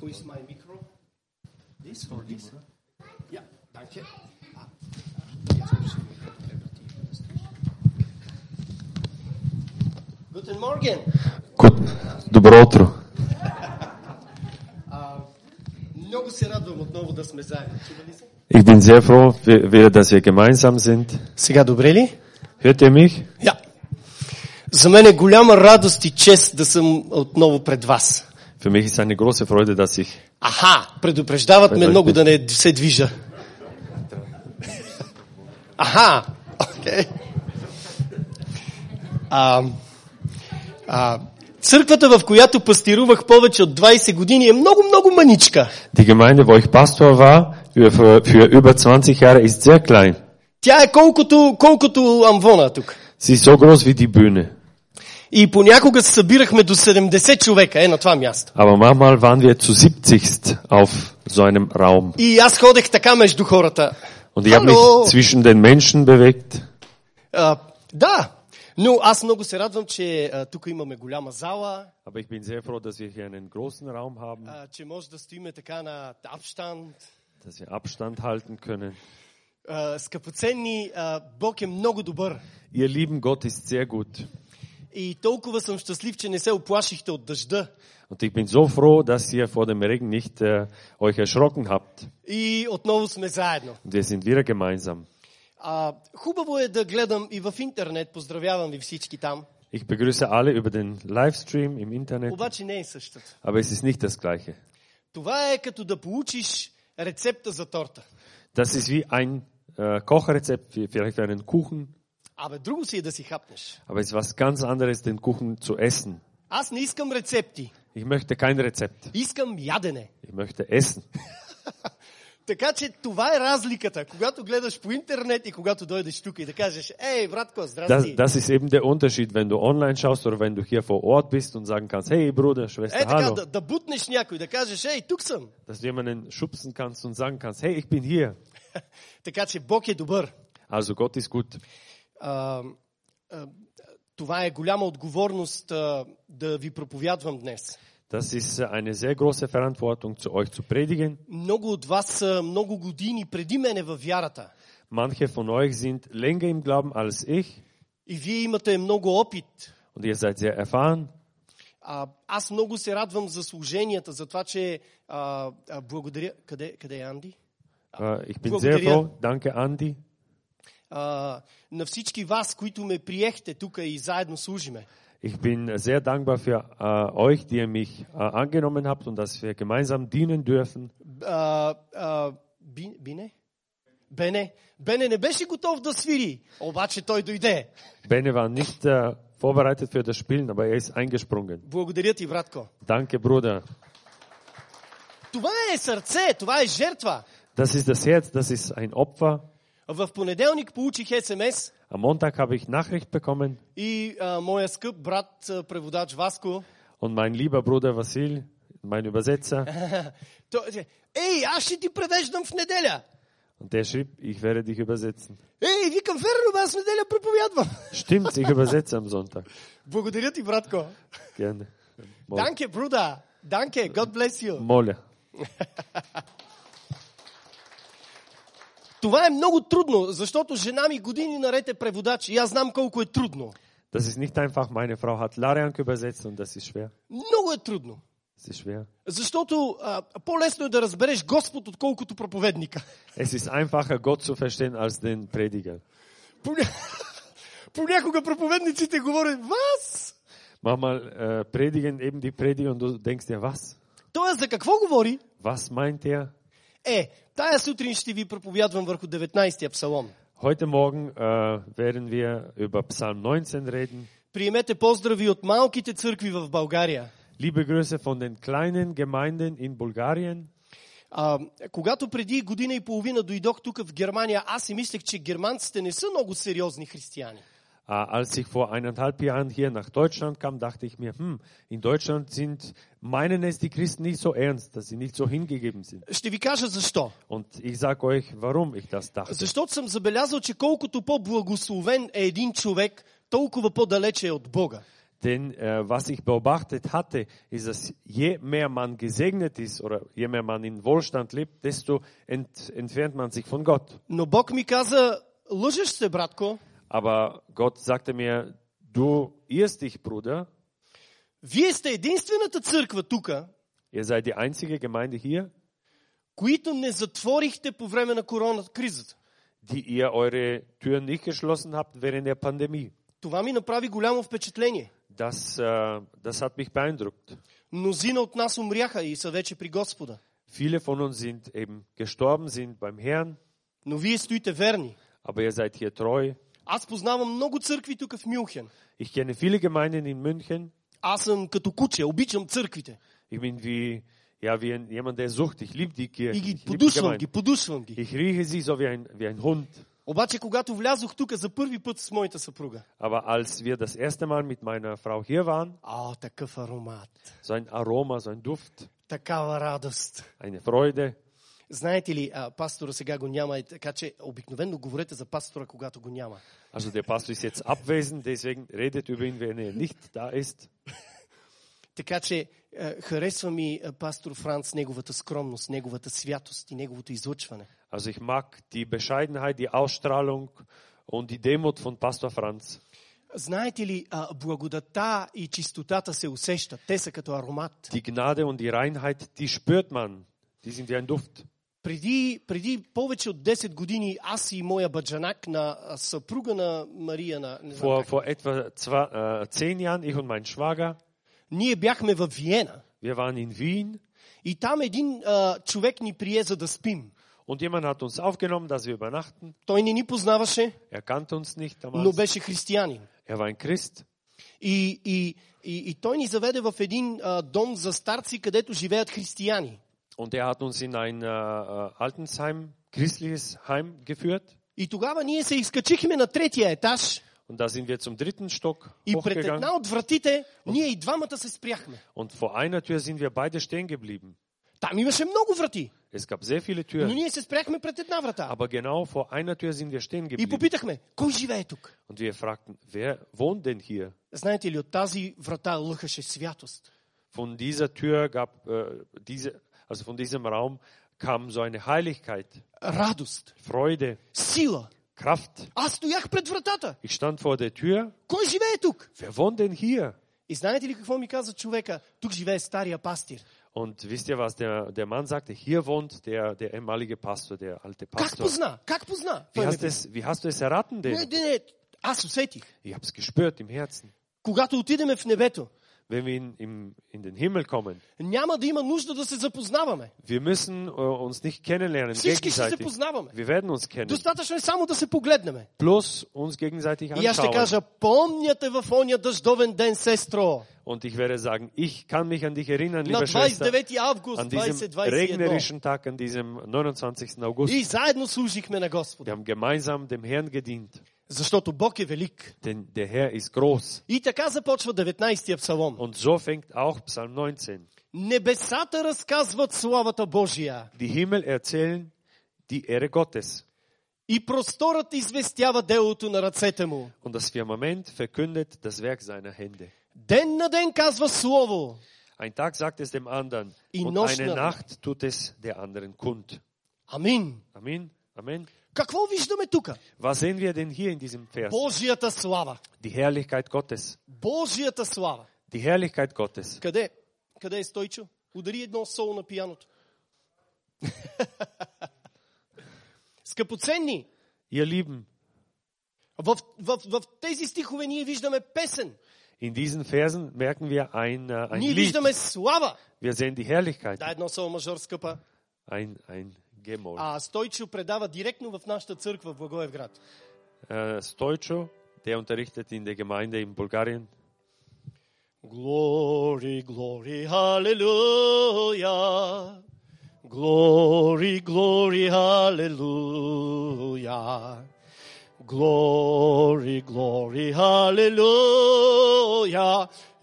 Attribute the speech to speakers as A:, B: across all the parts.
A: Hoe is mijn micro? This or this? Ja, dank je. Ah, jetzt muss ich mich repetieren. Guten Morgen.
B: Кот. Добро утро.
A: Много се радвам отново да сме заедно. Чува ли се?
B: Ich bin sehr froh, wie- wieder, dass wir gemeinsam sind.
A: Сега добре ли?
B: Hört ihr mich?
A: Я. За мен е голяма радост и чест да съм отново пред вас.
B: Für mich ist eine große Freude, dass ich...
A: Аха, предупреждават ме
B: Предупреждават.
A: много да не се движа. Аха, окей. А, а, Църквата, в която пастирувах повече от 20 години, е много-много маничка.
B: Die Gemeinde, wo ich Pastor war, für, für über 20 Jahre, ist sehr klein.
A: Тя е колкото, колкото амвона тук.
B: Sie ist so groß wie die Bühne.
A: И понякога се събирахме до 70 човека, е на това място.
B: Aber manchmal waren wir zu 70 auf so einem Raum.
A: И аз ходех така между хората.
B: Und ich habe
A: Hallo.
B: mich zwischen den Menschen bewegt.
A: А, да, но аз много се радвам, че а, тук имаме голяма зала,
B: Aber ich bin sehr froh, dass wir hier einen großen Raum haben,
A: а, че може да стоиме така на Абштан.
B: dass wir Abstand halten können.
A: А, скъпоценни, а, Бог е много добър.
B: Ihr lieben Gott ist sehr gut.
A: И толкова съм щастлив, че не се оплашихте от дъжда
B: Und ich bin so froh, dass ihr vor dem Regen nicht äh, euch erschrocken habt.
A: и отново сме заедно.
B: Und wir sind wieder gemeinsam.
A: А, хубаво е да гледам и в интернет, поздравявам ви всички там,
B: Ich begrüße alle über den Livestream im Internet,
A: обаче не е същото.
B: aber es ist nicht das Gleiche.
A: Това е като да получиш рецепта за торта.
B: Das ist wie ein äh, Kochrezept, wie- vielleicht für einen Kuchen,
A: Абе, друго си е да си хапнеш.
B: aber es ist was ganz anderes, den Kuchen zu essen.
A: Аз не искам рецепти,
B: Ich möchte kein Rezept,
A: искам ядене.
B: ich möchte essen.
A: Така че това е разликата, когато гледаш по интернет и когато дойдеш тук и да кажеш, ей, братко,
B: Das,
A: здрасти.
B: das ist eben der Unterschied, wenn du online schaust oder wenn du hier vor Ort bist und sagen kannst, hey Bruder,
A: Е,
B: Schwester,
A: така, да,
B: hallo.
A: да бутнеш някой, да кажеш, ей, тук съм.
B: Dass du jemanden schubsen kannst und sagen kannst, hey, ich bin hier.
A: Така че Бог е добър.
B: Also Gott ist gut.
A: А, а, това е голяма отговорност а, да ви проповядвам днес.
B: Das ist äh, eine sehr große Verantwortung, zu euch zu predigen.
A: Много от вас са много години преди мене във вярата.
B: Manche von euch sind länger im Glauben als ich
A: И вие имате много опит.
B: und ihr seid sehr erfahren.
A: А, аз много се радвам за служенията, за това, че а, а, благодаря... Къде, къде е Анди?
B: Äh, Ich bin
A: Guck,
B: sehr
A: der-
B: froh. Danke, Andi.
A: а, на всички вас, които ме приехте тук и заедно служиме.
B: Ich bin äh, sehr dankbar für äh, euch, die ihr mich äh, angenommen habt und dass wir gemeinsam dienen dürfen.
A: А, а, би, бине? Бене. Бене не беше готов да свири, обаче той дойде.
B: Benne war nicht äh, vorbereitet für das Spielen, aber er ist eingesprungen.
A: Благодаря ти, братко.
B: Danke, Bruder.
A: Това е сърце, това е жертва.
B: Das ist das Herz, das ist ein Opfer.
A: В понеделник получих СМС
B: Am Montag habe ich Nachricht bekommen
A: и а, моя скъп брат, а, преводач Васко,
B: und mein lieber Bruder Vasil, mein Übersetzer,
A: той, е, ей, аз ще ти превеждам в неделя.
B: Und der schrieb, ich werde dich übersetzen.
A: Ей, викам, верно, бе, аз в неделя проповядвам.
B: Stimmt, ich übersetze am Sonntag.
A: Благодаря ти, братко.
B: Gerne. Mol.
A: Данке, бруда. Данке, God bless you.
B: Mole.
A: Това е много трудно, защото жена ми години наред е преводач и аз знам колко е трудно.
B: Das ist nicht einfach. Meine Frau hat Lariank übersetzt und das ist schwer.
A: Много е трудно.
B: Das ist schwer.
A: Защото а, по-лесно е да разбереш Господ, отколкото проповедника.
B: Es ist einfacher, Gott zu verstehen, als den Prediger.
A: Поня... Понякога проповедниците говорят, вас!
B: Manchmal äh, predigen eben die Prediger und du denkst dir, was?
A: Тоест, за какво говори?
B: Was meint er?
A: Е, тая сутрин ще ви проповядвам върху 19-я псалом.
B: Heute Morgen äh, werden wir über Psalm 19 reden.
A: Приемете поздрави от малките църкви в България.
B: Liebe Grüße von den kleinen Gemeinden in Bulgarien.
A: А, когато преди година и половина дойдох тук в Германия, аз си мислех, че германците не са много сериозни християни.
B: Äh, Als ich vor eineinhalb Jahren hier nach Deutschland kam, dachte ich mir, hm, in Deutschland sind, meinen es die Christen nicht so ernst, dass sie nicht so hingegeben sind.
A: Ще ви кажа защо.
B: Und ich sage euch, warum ich das dachte.
A: Защото съм забелязал, че колкото по-благословен е един човек, толкова по-далече е от Бога.
B: Denn äh, was ich beobachtet hatte, ist, dass je mehr man gesegnet ist oder je mehr man in Wohlstand lebt, desto ent entfernt man sich von Gott.
A: Но Бог ми каза, лъжеш се, братко.
B: Aber Gott sagte mir, du irrst dich, Bruder.
A: Вие сте единствената църква тук,
B: Ihr seid die einzige Gemeinde hier,
A: които не затворихте по време на корона кризата.
B: die ihr eure Türen nicht geschlossen habt während der Pandemie.
A: Това ми направи голямо впечатление.
B: Das, äh, das hat mich beeindruckt.
A: Мнозина от нас умряха и са вече при Господа.
B: Viele von uns sind eben gestorben, sind beim Herrn,
A: Но вие стоите верни.
B: aber ihr seid hier treu.
A: Аз познавам много църкви тук в Мюнхен.
B: Ich kenne viele Gemeinden in München.
A: Аз съм като куче, обичам църквите.
B: Ich bin wie, ja, wie ein, jemand, der sucht. Ich liebe die Kirche.
A: И ги
B: Ich, lieb die
A: подушвам ги,
B: Gemeinde.
A: подушвам ги.
B: ich rieche sie so wie ein, wie ein Hund.
A: Обаче, когато влязох тук за първи път с моята съпруга,
B: Aber als wir das erste Mal mit meiner Frau hier waren,
A: а, такъв аромат,
B: so ein Aroma, so ein Duft,
A: такава радост.
B: eine Freude.
A: Знаете ли, а, пастора сега го няма, и така че обикновено говорете за пастора, когато го няма.
B: Also der Pastor ist jetzt abwesend, deswegen redet über ihn, wenn er nicht da ist.
A: Така че е, харесва ми е, пастор Франц неговата скромност, неговата святост и неговото излъчване.
B: Also ich mag die Bescheidenheit, die Ausstrahlung und die Demut von Pastor Franz.
A: Знаете ли, а, благодата и чистотата се усещат. Те са като аромат.
B: Die Gnade und die Reinheit, die spürt man. Die sind wie ein Duft.
A: Преди, преди повече от 10 години аз и моя баджанак на а, съпруга на Мария, на, не знам,
B: Vor, vor etwa zwei, äh, zehn Jahren, ich und mein Schwager,
A: ние бяхме в Виена.
B: wir waren in Wien
A: И там един а, човек ни прие за да спим.
B: und jemand hat uns aufgenommen, dass wir übernachten.
A: Той не ни познаваше,
B: Er kannte uns nicht
A: но
B: damals.
A: беше християнин.
B: Er war ein Christ
A: И, и, и, и той ни заведе в един а, дом за старци, където живеят християни.
B: und er hat uns in ein äh, äh, Altensheim, christliches Heim geführt.
A: И тогава ние се изкачихме на третия етаж
B: Und da sind wir zum dritten Stock
A: и пред
B: hochgegangen.
A: една от вратите ние и двамата се спряхме.
B: Und vor einer Tür sind wir beide stehen geblieben.
A: Там имаше много врати,
B: Es gab sehr viele
A: но
B: Türen,
A: ние се спряхме пред една врата.
B: aber genau vor einer Tür sind wir stehen
A: И
B: geblieben.
A: попитахме, кой живее тук?
B: Und wir fragten, wer wohnt denn hier?
A: Знаете ли, от тази врата лъхаше святост.
B: Von dieser Tür gab äh, diese, also von diesem Raum kam so eine Heiligkeit,
A: Радост,
B: Freude,
A: сила.
B: Kraft.
A: Аз стоях пред вратата.
B: Ich stand vor der Tür.
A: Кой живее тук?
B: Wer wohnt denn hier?
A: И знаете ли какво ми каза човека? Тук живее стария пастир.
B: Und wisst ihr, was der, der Mann sagte? Hier wohnt der, der ehemalige Pastor, der alte
A: Как
B: Pastor.
A: позна? Как позна?
B: Wie
A: Той ме
B: hast, es, wie hast du es erraten
A: Не,
B: denn?
A: не, не. е- Аз усетих.
B: Ich habe es gespürt im Herzen.
A: Когато отидеме в небето,
B: Wenn wir in, im, in den Himmel kommen,
A: няма да има нужда да се запознаваме.
B: Wir müssen äh, uns nicht kennenlernen
A: Всички ще се
B: gegenseitig.
A: познаваме.
B: Wir werden uns kennen.
A: Достатъчно е само да се погледнем.
B: Plus uns gegenseitig
A: И аз ще
B: anschauen.
A: кажа, помняте в ония дъждовен ден, сестро,
B: Und ich werde sagen, ich kann mich an dich erinnern,
A: на
B: liebe Schwester,
A: 29 август
B: an diesem
A: 2021.
B: regnerischen Tag, an diesem 29. August.
A: И заедно служихме на Господа,
B: Wir haben gemeinsam dem Herrn gedient,
A: защото Бог е велик.
B: denn der Herr ist groß.
A: И така започва 19-я псалом.
B: Und so fängt auch Psalm 19.
A: Небесата разказват славата Божия
B: Die Himmel erzählen die Ehre Gottes
A: и просторът известява делото на ръцете му.
B: und das Firmament verkündet das Werk seiner Hände.
A: Ден на ден казва слово
B: Ein Tag sagt es dem anderen
A: In
B: und
A: Noschner.
B: eine Nacht tut es der anderen kund.
A: Амин.
B: Amen. Amen.
A: Какво виждаме тук?
B: Was sehen wir denn hier in diesem Vers?
A: Божията слава.
B: Die Herrlichkeit Gottes.
A: Божията слава.
B: Die Herrlichkeit Gottes.
A: Къде? Къде е Стойчо? Удари едно соло на пияното. Скъпоценни,
B: Ihr Lieben,
A: в, в, в тези стихове ние виждаме песен,
B: in diesen Versen merken wir ein, äh, ein
A: ние
B: Lied.
A: виждаме слава.
B: Wir sehen die Herrlichkeit.
A: Да, едно соло мажор, скъпа.
B: Ein, ein Gemol.
A: А Стойчо предава директно в нашата църква в Благоевград.
B: Äh, Stojcho, der unterrichtet in der Gemeinde in Bulgarien.
A: Glory, glory, hallelujah. Glory, glory, hallelujah. Glory, glory, hallelujah.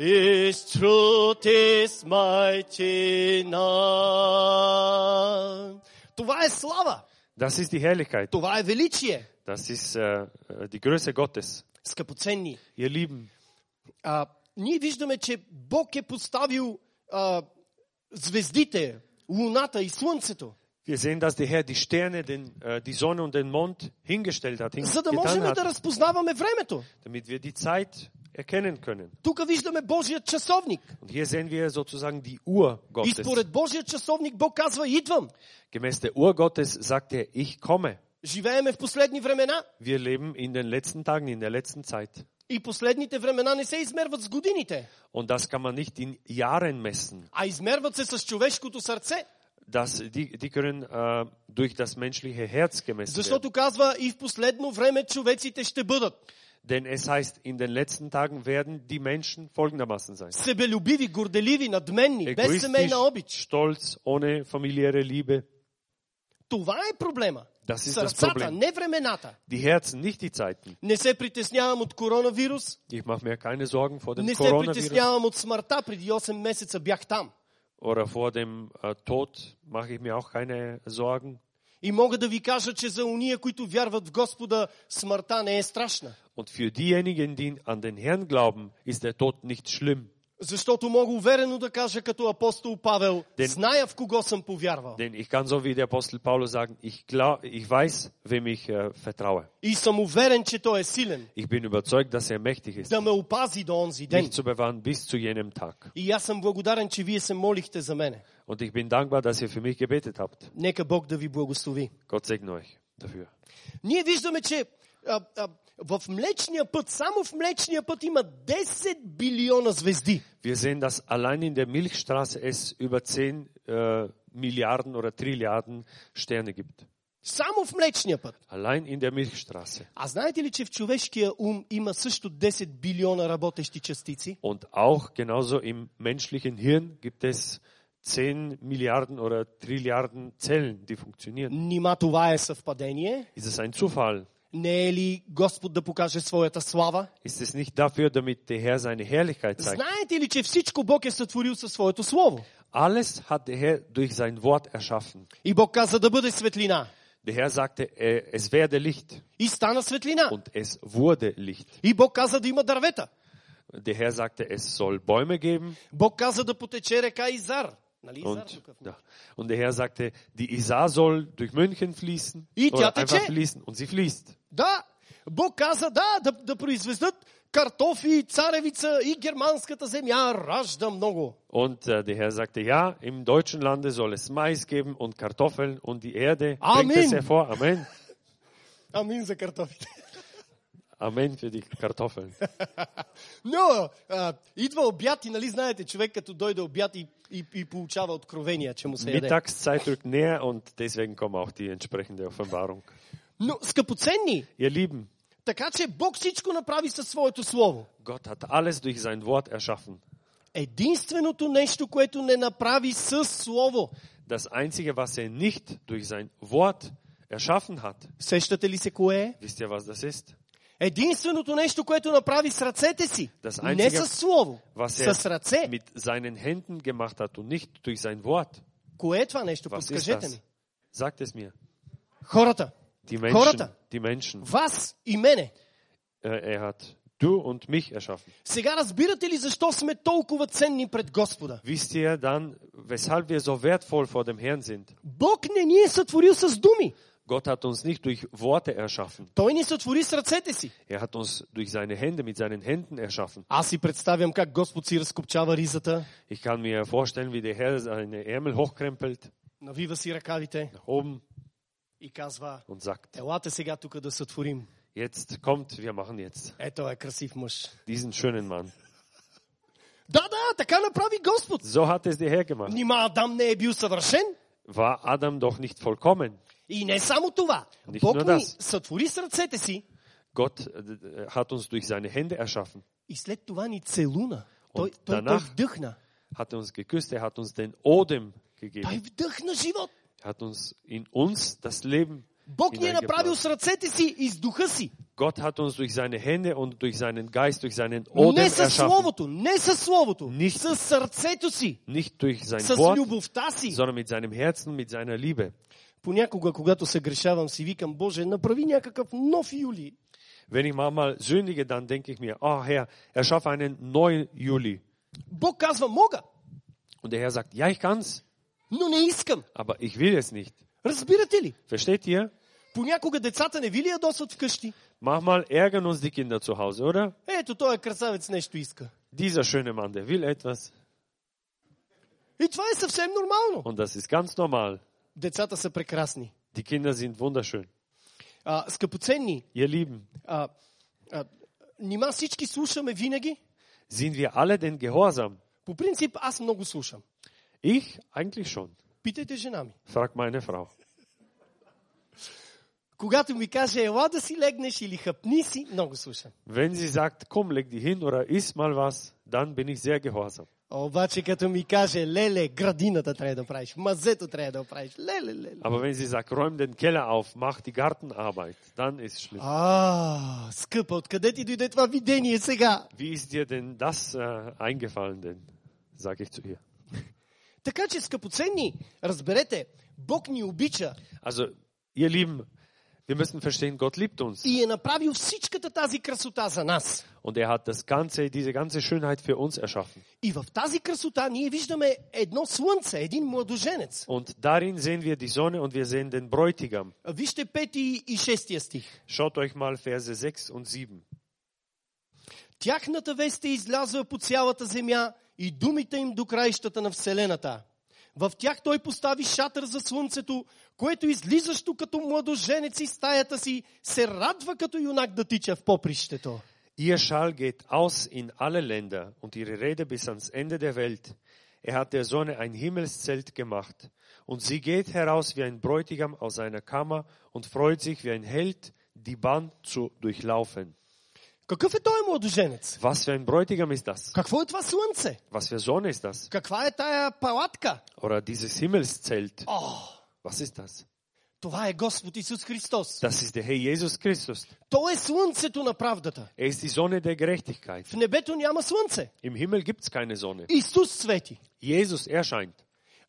A: His truth is mighty enough. Това е слава.
B: Das ist die Herrlichkeit.
A: Това е величие.
B: Das ist äh, die äh, Größe Gottes.
A: Скъпоценни.
B: Ihr Lieben,
A: А, ние виждаме, че Бог е поставил а, звездите, луната и слънцето,
B: Wir sehen, dass der Herr die Sterne, den, äh, die Sonne und den Mond hingestellt hat,
A: за да можем
B: hingetan
A: да
B: hat,
A: разпознаваме времето.
B: damit wir die Zeit erkennen können.
A: Тук виждаме Божия часовник.
B: Und hier sehen wir sozusagen die Uhr
A: И
B: Gottes.
A: според Божия часовник Бог казва, идвам.
B: Gemäß der Uhr Gottes sagt er, ich komme.
A: Живееме в последни времена
B: Wir leben in den letzten Tagen, in der letzten Zeit.
A: и последните времена не се измерват с годините,
B: Und das kann man nicht in Jahren messen.
A: а измерват се с човешкото сърце.
B: Das, die, die können äh, durch das menschliche Herz gemessen werden.
A: Защото казва, и в последно време човеците ще бъдат
B: Denn es heißt, in den letzten Tagen werden die Menschen folgendermaßen sein.
A: себелюбиви, горделиви, надменни, без
B: Egoistisch,
A: семейна обич.
B: stolz, ohne familiäre Liebe.
A: Това е проблема.
B: Das ist das
A: Сърцата,
B: Problem.
A: не времената.
B: Die Herzen, nicht die Zeiten.
A: Не се притеснявам от коронавирус,
B: Ich mache mir keine Sorgen vor dem
A: не се
B: Coronavirus
A: притеснявам от смъртта. Преди 8 месеца бях там.
B: oder vor dem äh, Tod mache ich mir auch keine Sorgen.
A: И мога да ви кажа, че за уния, които вярват в Господа, смъртта не е страшна.
B: Und für diejenigen, die an den Herrn glauben, ist der Tod nicht schlimm.
A: Защото мога уверено да кажа като апостол Павел,
B: Ден-
A: зная в кого съм повярвал.
B: Denn ich kann so wie der Apostel Paulus sagen, ich, glaub, ich weiß, wem ich äh, vertraue.
A: И съм уверен, че той е силен
B: Ich bin überzeugt, dass er mächtig ist,
A: да ме опази до онзи ден.
B: mich zu bewahren bis zu jenem Tag.
A: И аз съм благодарен, че вие се молихте за мене.
B: Und ich bin dankbar, dass ihr für mich gebetet habt.
A: Нека Бог да ви благослови.
B: Gott segne euch dafür.
A: Ние виждаме, че а, а, в Млечния път, само в Млечния път има 10 билиона звезди.
B: Wir sehen, dass allein in der Milchstraße es über 10 äh, Milliarden oder Trilliarden Sterne gibt.
A: Само в Млечния път.
B: Allein in der Milchstraße.
A: А знаете ли, че в човешкия ум има също 10 билиона работещи частици?
B: Und auch genauso im menschlichen Hirn gibt es 10 Milliarden oder Trilliarden Zellen, die funktionieren.
A: Нима това е съвпадение?
B: Ist es ein Zufall?
A: Не е ли Господ да покаже своята слава?
B: Ist es nicht dafür, damit der Herr seine Herrlichkeit zeigt?
A: Знаете ли, че всичко Бог е сътворил със своето слово?
B: Alles hat der Herr durch sein Wort erschaffen.
A: И Бог каза да бъде светлина.
B: Der Herr sagte, äh, es werde Licht
A: И стана светлина.
B: und es wurde Licht.
A: И Бог каза да има дървета.
B: Der Herr sagte, es soll Bäume geben
A: Бог каза да потече река Изар. Нали Изар
B: und,
A: тук?
B: ja. und der Herr sagte, die Isar soll durch München fließen
A: I
B: oder
A: tja, tja,
B: einfach
A: tja.
B: fließen und sie fließt.
A: Да, Бог каза да, да, да произведат картофи, царевица и германската земя ражда много.
B: Und äh, der Herr sagte, ja, im deutschen Lande soll es Mais geben und Kartoffeln und die Erde
A: Amen.
B: bringt es hervor. Amen.
A: Амин за картофите.
B: Amen für die Kartoffeln.
A: Но а, идва обяд и нали знаете, човек като дойде обяд и, и, и получава откровения, че му се яде.
B: Mittagszeit rückt näher und deswegen kommt auch die entsprechende Offenbarung.
A: Но скъпоценни,
B: Ihr Lieben,
A: така че Бог всичко направи със своето слово.
B: Gott hat alles durch sein Wort erschaffen.
A: Единственото нещо, което не направи със слово.
B: Das Einzige, was er nicht durch sein Wort erschaffen hat,
A: Сещате ли се кое е?
B: wisst ihr, was das ist?
A: Единственото нещо, което направи с ръцете си,
B: Das
A: не
B: einzige-
A: с е слово,
B: Was
A: с ръце.
B: er mit seinen Händen gemacht hat und nicht durch sein Wort.
A: Кое е това нещо?
B: Was ist
A: Подскажете ми.
B: das? Sagt es mir.
A: Хората,
B: Die
A: Хората.
B: Menschen, die Menschen.
A: вас и мене.
B: Äh, er hat du und mich erschaffen.
A: Сега разбирате ли защо сме толкова ценни пред Господа?
B: Wisst ihr dann, weshalb wir so wertvoll vor dem Herrn sind?
A: Бог не ни е сътворил с думи.
B: Gott hat uns nicht durch Worte erschaffen.
A: Той ни сътвори с ръцете си.
B: Er hat uns durch seine Hände, mit seinen Händen erschaffen.
A: Аз си представям как Господ си разкопчава ризата,
B: Ich kann mir vorstellen, wie der Herr seine Ärmel hochkrempelt,
A: навива си ръкавите
B: nach oben
A: и казва,
B: und sagt,
A: елате сега тук да сътворим.
B: jetzt kommt, wir machen jetzt
A: Ето е красив мъж.
B: diesen schönen Mann.
A: Да, да, така направи Господ.
B: So hat es der Herr gemacht.
A: Нима Адам не е бил съвършен?
B: War Adam doch nicht vollkommen.
A: И не само това.
B: Нищо
A: Бог
B: на
A: ни
B: нас.
A: сътвори с ръцете си
B: Gott äh, hat uns durch seine Hände erschaffen,
A: и след това ни целуна. Той,
B: От
A: той, той
B: Танах.
A: вдъхна.
B: hat uns geküsst, er hat uns den Odem
A: Той
B: gegeben,
A: вдъхна живот.
B: er hat uns in uns das Leben
A: Бог ни е направил
B: hineingeblasen.
A: с ръцете си и с духа си.
B: Gott hat uns durch seine Hände und durch seinen Geist, durch seinen Odem
A: Не с
B: erschaffen,
A: словото, не с словото,
B: е Нищо.
A: с сърцето си,
B: nicht durch sein
A: с
B: Wort,
A: любовта си.
B: sondern mit seinem Herzen, mit seiner Liebe.
A: Понякога, когато се грешавам, си викам, Боже, направи някакъв нов Юли.
B: Wenn ich manchmal sündige, dann denke ich mir, oh Herr, erschaffe einen neuen Juli.
A: Бог казва, мога,
B: Und der Herr sagt, ja, ich kann's,
A: но не искам.
B: aber ich will es nicht.
A: Разбирате ли?
B: Versteht ihr?
A: Понякога децата не ви ли ядосват вкъщи?
B: Manchmal ärgern uns die Kinder zu Hause, oder?
A: Ето, той красавец нещо иска.
B: Dieser schöne Mann, der will etwas.
A: И това е съвсем нормално.
B: Und das ist ganz normal.
A: Децата са прекрасни.
B: Die Kinder sind wunderschön.
A: А, скъпоценни,
B: Ihr Lieben,
A: а, а, нима всички слушаме винаги?
B: sind wir alle denn gehorsam?
A: По принцип, аз много слушам.
B: Ich eigentlich schon,
A: Питайте жена ми.
B: fragt meine Frau.
A: Когато ми каже, ела да си легнеш или хъпни си, много слушам.
B: Wenn sie sagt, komm, leg die hin oder iss mal was, dann bin ich sehr gehorsam.
A: Обаче като ми каже, леле, градината трябва да правиш, мазето трябва да правиш, леле, леле.
B: Aber wenn sie sagt, räum den Keller auf, mach die Gartenarbeit, dann ist schlimm.
A: А, скъпа, откъде ти дойде това видение сега?
B: Wie ist dir denn das äh, eingefallen denn? Sage ich zu ihr.
A: Така че, скъпоценни, разберете, Бог ни обича
B: Also, ihr Lieben, wir müssen verstehen, Gott liebt uns
A: и е направил всичката тази красота за нас.
B: und er hat das ganze, diese ganze Schönheit für uns erschaffen.
A: И в тази красота ние виждаме едно слънце, един младоженец.
B: Und darin sehen wir die Sonne und wir sehen den Bräutigam.
A: Вижте пети и шестия стих.
B: Schaut euch mal Verse 6 und 7.
A: Тяхната вест е излязла по цялата земя и думите им до краищата на Вселената. В тях той постави шатър за слънцето, което излизащо като младоженец из стаята си, се радва като юнак да тича в попрището.
B: Ihr Schall geht aus in alle Länder und ihre Rede bis ans Ende der Welt. Er hat der Sonne ein Himmelszelt gemacht. Und sie geht heraus wie ein Bräutigam aus seiner Kammer und freut sich wie ein Held, die Bahn zu durchlaufen.
A: Какъв е той младоженец?
B: Was für ein Bräutigam ist das?
A: Какво е това слънце?
B: Was für Sonne ist das?
A: Каква е тая палатка?
B: Oder dieses Himmelszelt?
A: О,
B: Was ist das?
A: това е Господ Исус Христос.
B: Das ist der Herr Jesus Christus.
A: Той е слънцето на правдата.
B: Er ist die Sonne der Gerechtigkeit.
A: В небето няма слънце.
B: Im Himmel gibt's keine Sonne.
A: Исус свети.
B: Jesus erscheint.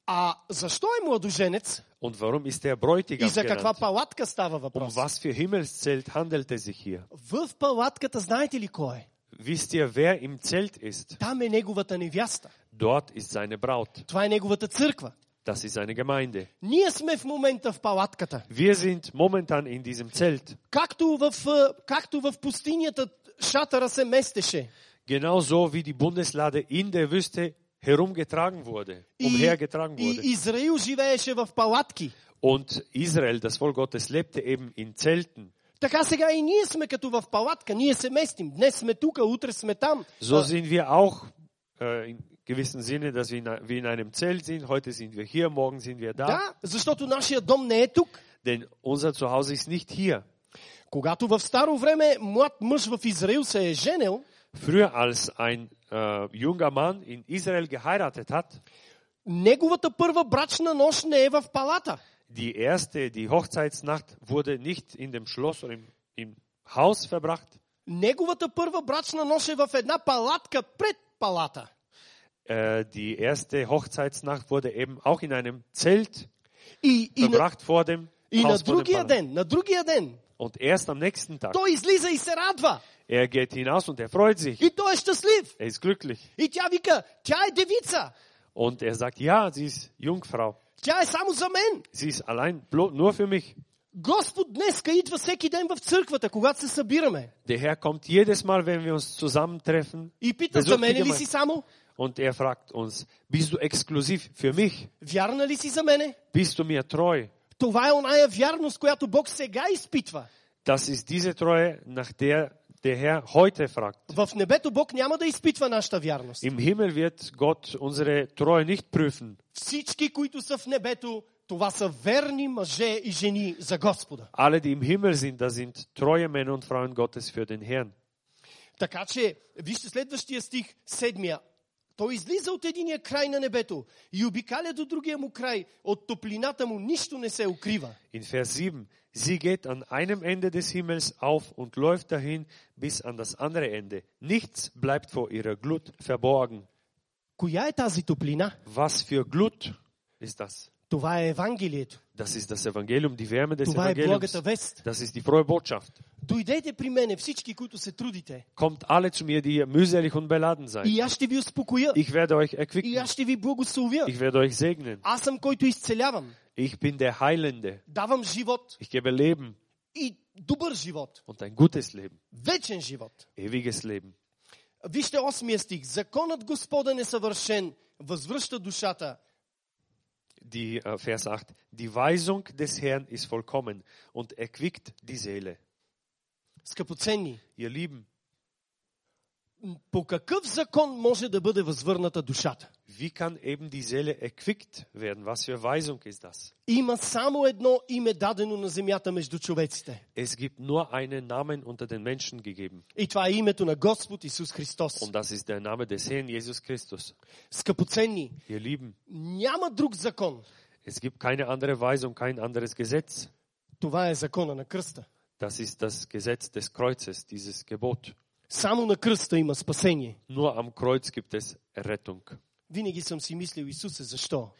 A: А защо е младоженец
B: Und warum ist der
A: и
B: Bräutigam
A: за каква
B: genannt?
A: палатка става
B: Um
A: въпрос?
B: was für Himmelszelt handelt es sich hier?
A: В палатката знаете ли кой е?
B: Wisst ihr, wer im Zelt ist?
A: Там е неговата невяста.
B: Dort ist seine Braut.
A: Това е неговата църква.
B: Das ist seine Gemeinde.
A: Ние сме в момента в палатката.
B: Wir sind momentan in diesem Zelt.
A: Както в, е, както в пустинята шатъра се местеше.
B: Genauso wie die Bundeslade in der Wüste herumgetragen wurde, umhergetragen
A: и
B: wurde.
A: Израил живееше в палатки.
B: Und Israel, das Volk Gottes, lebte eben in Zelten.
A: Така сега и ние сме като в палатка. Ние се местим. Днес сме тук, утре сме там.
B: So
A: А,
B: sind wir auch äh, in gewissem Sinne, dass wir in, ein- wie in einem Zelt sind. Heute sind wir hier, morgen sind wir da.
A: Да, защото нашия дом не е тук.
B: Denn unser Zuhause ist nicht hier.
A: Когато в старо време млад мъж в Израил се е женел,
B: Früher, als ein äh, junger Mann in Israel geheiratet hat,
A: неговата първа брачна нощ не е в палата.
B: die erste, die Hochzeitsnacht wurde nicht in dem Schloss oder im, im Haus verbracht.
A: Неговата първа брачна нощ е в една палатка пред палата.
B: Äh, die erste Hochzeitsnacht wurde eben auch in einem Zelt
A: И, и, на,
B: verbracht vor dem
A: и на
B: Haus vor dem
A: другия
B: Palast.
A: ден, на другия ден,
B: Und erst am nächsten Tag,
A: той излиза и се радва.
B: er geht hinaus und er freut sich.
A: И той е щастлив.
B: Er ist glücklich.
A: И тя вика, тя е девица.
B: Und er sagt, ja, sie ist Jungfrau.
A: Тя е само за мен.
B: Sie ist allein, blo- nur für mich.
A: Господ днеска идва всеки ден в църквата, когато се събираме.
B: Der Herr kommt jedes Mal, wenn wir uns zusammentreffen.
A: И пита,
B: besucht
A: за
B: die
A: мене ли
B: Gemeinde.
A: си само?
B: Und er fragt uns, bist du exklusiv für mich?
A: Вярна ли си за мене?
B: Bist du mir treu?
A: Това е оная вярност, която Бог сега изпитва.
B: Das ist diese Treue, nach der der Herr heute fragt.
A: В небето Бог няма да изпитва нашата вярност.
B: Im Himmel wird Gott unsere Treue nicht prüfen.
A: Всички, които са в небето, това са верни мъже и жени за Господа.
B: Alle, die im Himmel sind, das sind treue Männer und Frauen Gottes für den Herrn.
A: Така че, вижте следващия стих, седмия. Той излиза от единия край на небето и обикаля до другия му край. От топлината му нищо не се укрива.
B: In Vers 7, sie geht an einem Ende des Himmels auf und läuft dahin bis an das andere Ende. Nichts bleibt vor ihrer Glut verborgen.
A: Коя е тази топлина?
B: Was für Glut ist das?
A: Това е Евангелието.
B: Das ist das Evangelium, die Wärme des
A: Това е благата
B: Evangeliums.
A: вест.
B: Das ist die frohe Botschaft.
A: Дойдете при мене всички, които се трудите.
B: Kommt alle zu mir, die ihr mühselig und beladen seid.
A: И аз ще ви успокоя.
B: Ich werde euch
A: И
B: erquicken.
A: аз ще ви благословя.
B: Ich werde euch segnen.
A: Аз съм, който изцелявам.
B: Ich bin der Heilende.
A: Давам живот.
B: Ich gebe Leben
A: И добър живот.
B: und ein gutes Leben,
A: Вечен живот.
B: ewiges Leben.
A: Вижте осмия стих. Законът Господен е съвършен, възвръща душата.
B: Die äh, Vers 8. Die Weisung des Herrn ist vollkommen und erquickt die Seele.
A: Скъпоценни,
B: Ihr Lieben,
A: м, по какъв закон може да бъде възвърната душата?
B: wie kann eben die Seele erquickt werden? Was für Weisung ist das?
A: Има само едно име дадено на земята между човеците.
B: Es gibt nur einen Namen unter den Menschen gegeben
A: И това е името на Господ Исус Христос.
B: und das ist der Name des Herrn Jesus Christus.
A: Скъпоценни,
B: Ihr Lieben,
A: няма друг закон.
B: es gibt keine andere Weisung, kein anderes Gesetz.
A: Това е закона на кръста.
B: Das ist das Gesetz des Kreuzes, dieses Gebot.
A: Само на кръста има спасение.
B: Nur am Kreuz gibt es Rettung.
A: Винаги съм си мислил, Исусе, защо?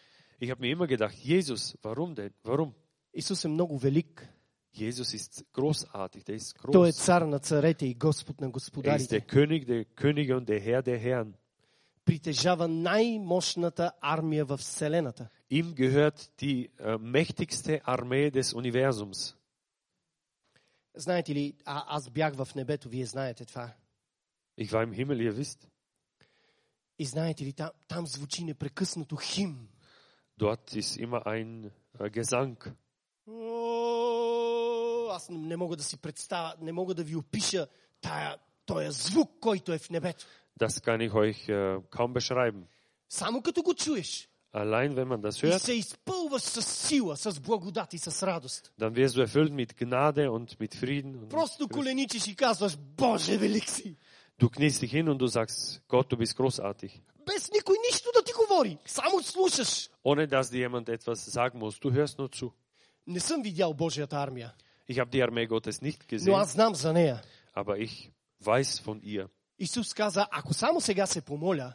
B: Ich habe mir immer gedacht, Jesus, warum denn? Warum?
A: Исус е много велик.
B: Jesus ist großartig, der ist
A: Той е
B: groß.
A: цар на царете и Господ на
B: Er ist der
A: господарите.
B: König der Könige und der Herr der Herren.
A: Притежава най-мощната армия в Вселената.
B: Ihm gehört die äh, mächtigste Armee des Universums.
A: Знаете ли, а, аз бях в небето, вие знаете това.
B: Ich war im Himmel, ihr wisst.
A: И знаете ли, там, там звучи непрекъснато хим.
B: Dort ist immer ein äh, Gesang.
A: О, Аз не не мога да си представя, не мога да ви опиша тая, тоя звук, който е в небето.
B: Das kann ich euch äh, kaum beschreiben.
A: Само като го чуеш
B: Allein wenn man das
A: и
B: hört,
A: се изпълваш с сила, с благодат и с радост.
B: dann wirst du erfüllt mit Gnade und mit Frieden. Und
A: Просто коленичиш и казваш, Боже, велик си!
B: du kniest dich hin und du sagst, Gott, du bist großartig.
A: Без никой нищо да ти говори. Само слушаш.
B: Ohne dass dir jemand etwas sagen muss. Du hörst nur zu.
A: Не съм видял Божията армия,
B: Ich habe die Armee Gottes nicht
A: но
B: gesehen,
A: аз знам за нея.
B: aber ich weiß von ihr.
A: Исус каза, ако само сега се помоля,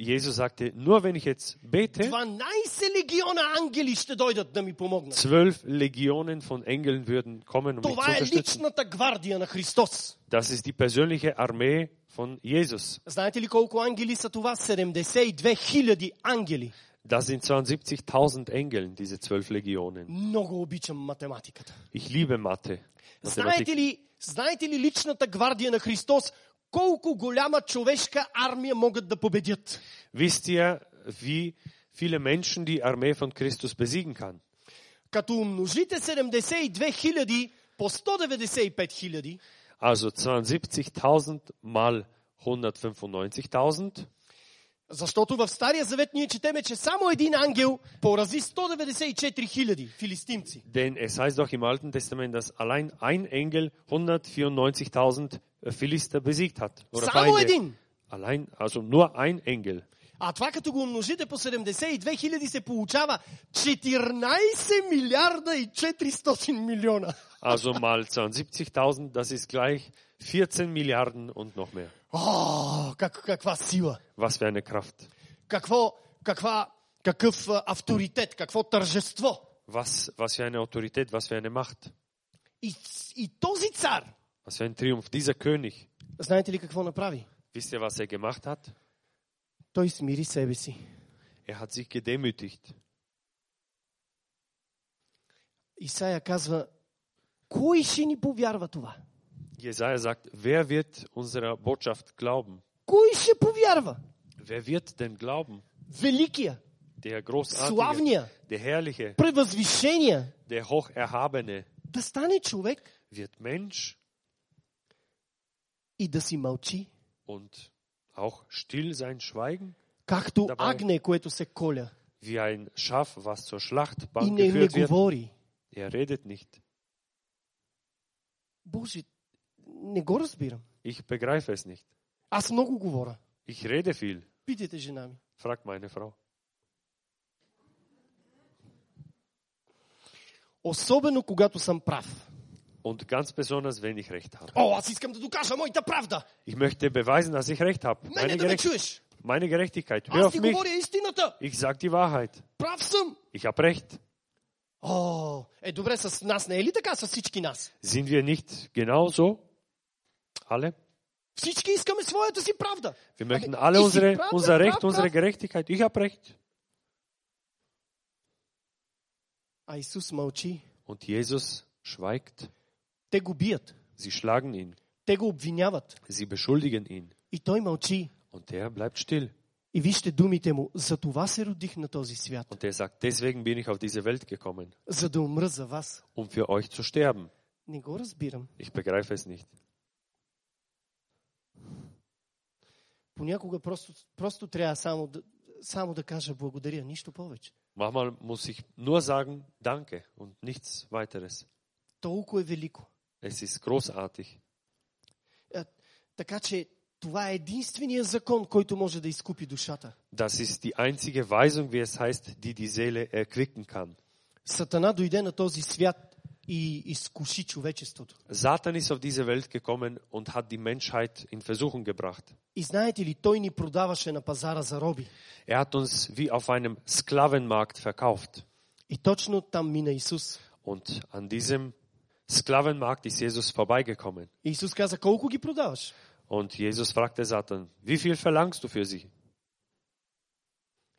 B: Jesus sagte, nur wenn ich jetzt bete,
A: 12 легиона ангели ще дойдат да ми помогнат.
B: zwölf Legionen von Engeln würden kommen, um mich zu
A: Това е
B: unterstützen.
A: личната гвардия на Христос.
B: Das ist die persönliche Armee von Jesus.
A: Знаете ли колко ангели са това? 72 хиляди ангели.
B: Das sind 72.000 Engeln, diese zwölf Legionen.
A: Много обичам математиката.
B: Ich liebe Mathe.
A: Знаете
B: Mathematik.
A: ли, знаете ли личната гвардия на Христос? Колко голяма човешка армия могат да победят?
B: Wisst ihr, wie viele Menschen die Armee von Christus besiegen kann?
A: Като умножите 72 хиляди по 195 хиляди,
B: Also 72.000 mal 195.000.
A: защото в Стария завет ние четеме, че само един ангел порази 194 хиляди филистимци.
B: Denn es heißt doch im Alten Testament, dass allein ein Engel 194.000 Philister besiegt hat. Oder
A: Samo
B: Feinde.
A: един.
B: Allein, also nur ein Engel.
A: А това като го умножите по 72 хиляди се получава 14 милиарда и 400 милиона.
B: Also mal 72.000, das ist gleich 14 Milliarden und noch mehr.
A: О, как, каква сила!
B: Was für eine Kraft.
A: Какво, каква, какъв а, авторитет, какво тържество!
B: Was, was für eine Autorität, was für eine Macht.
A: И, и този цар,
B: Was für ein Triumph. Dieser König,
A: знаете ли какво направи?
B: wisst ihr, was er gemacht hat?
A: Той смири себе си.
B: Er hat sich gedemütigt.
A: Исаия казва, кой ще ни повярва това?
B: Jesaja sagt, wer wird unserer Botschaft glauben?
A: Кой ще повярва?
B: Wer wird denn glauben?
A: Великия,
B: Der Großartige,
A: славния,
B: der Herrliche,
A: превъзвишения,
B: der Hocherhabene
A: да стане човек
B: wird Mensch
A: и да си мълчи,
B: und auch still sein Schweigen,
A: както
B: Давай.
A: агне, което се коля
B: wie ein Schaf, was zur
A: и
B: Schlachtbank
A: не, не
B: geführt wird.
A: говори.
B: Er redet nicht.
A: Боже, не го разбирам.
B: Ich begreife es nicht.
A: Аз много говоря.
B: Ich rede viel,
A: Питайте жена ми.
B: fragt meine Frau.
A: Особено когато съм прав.
B: Und ganz besonders, wenn ich recht habe.
A: О, аз искам да докажа моята правда.
B: Ich möchte beweisen, dass ich recht habe.
A: Мене
B: Meine,
A: да ме
B: Gerecht
A: чуеш.
B: meine Gerechtigkeit. Hör
A: Аз
B: auf
A: ти
B: mich.
A: говоря истината.
B: Ich sage die Wahrheit.
A: Прав съм.
B: Ich habe recht.
A: О, е добре, с нас не е ли така, с всички нас?
B: Sind wir nicht genauso? Alle?
A: Всички искаме своята си правда.
B: Wir möchten alle
A: ich-
B: unsere,
A: Pravda,
B: unser Recht,
A: Pravda.
B: unsere Gerechtigkeit. Ich habe Recht.
A: А Исус мълчи.
B: Und Jesus schweigt.
A: Те го бият.
B: Sie schlagen ihn.
A: Те го обвиняват.
B: Sie beschuldigen ihn.
A: И той мълчи.
B: Und er bleibt still.
A: И вижте думите му. За това се родих на този свят.
B: Und er sagt, deswegen bin ich auf diese Welt gekommen,
A: За да умра за вас.
B: um für euch zu sterben.
A: Не го разбирам.
B: Ich begreife es nicht.
A: Понякога просто, просто трябва само да, само да кажа благодаря. Нищо повече.
B: Manchmal muss ich nur sagen, danke und nichts weiteres.
A: Толкова е велико.
B: Es ist großartig.
A: А, Така че това е единствения закон, който може да изкупи душата.
B: Das ist die einzige Weisung, wie es heißt, die die Seele erquicken kann.
A: Сатана дойде на този свят и изкуши човечеството.
B: Satan ist auf diese Welt gekommen und hat die Menschheit in Versuchung gebracht.
A: И знаете ли, той ни продаваше на пазара за роби.
B: Er hat uns wie auf einem Sklavenmarkt verkauft.
A: И точно там мина Исус.
B: Und an diesem Sklavenmarkt ist Jesus vorbeigekommen.
A: И Исус каза, колко ги продаваш?
B: Und Jesus fragte Satan, wie viel verlangst du für sie?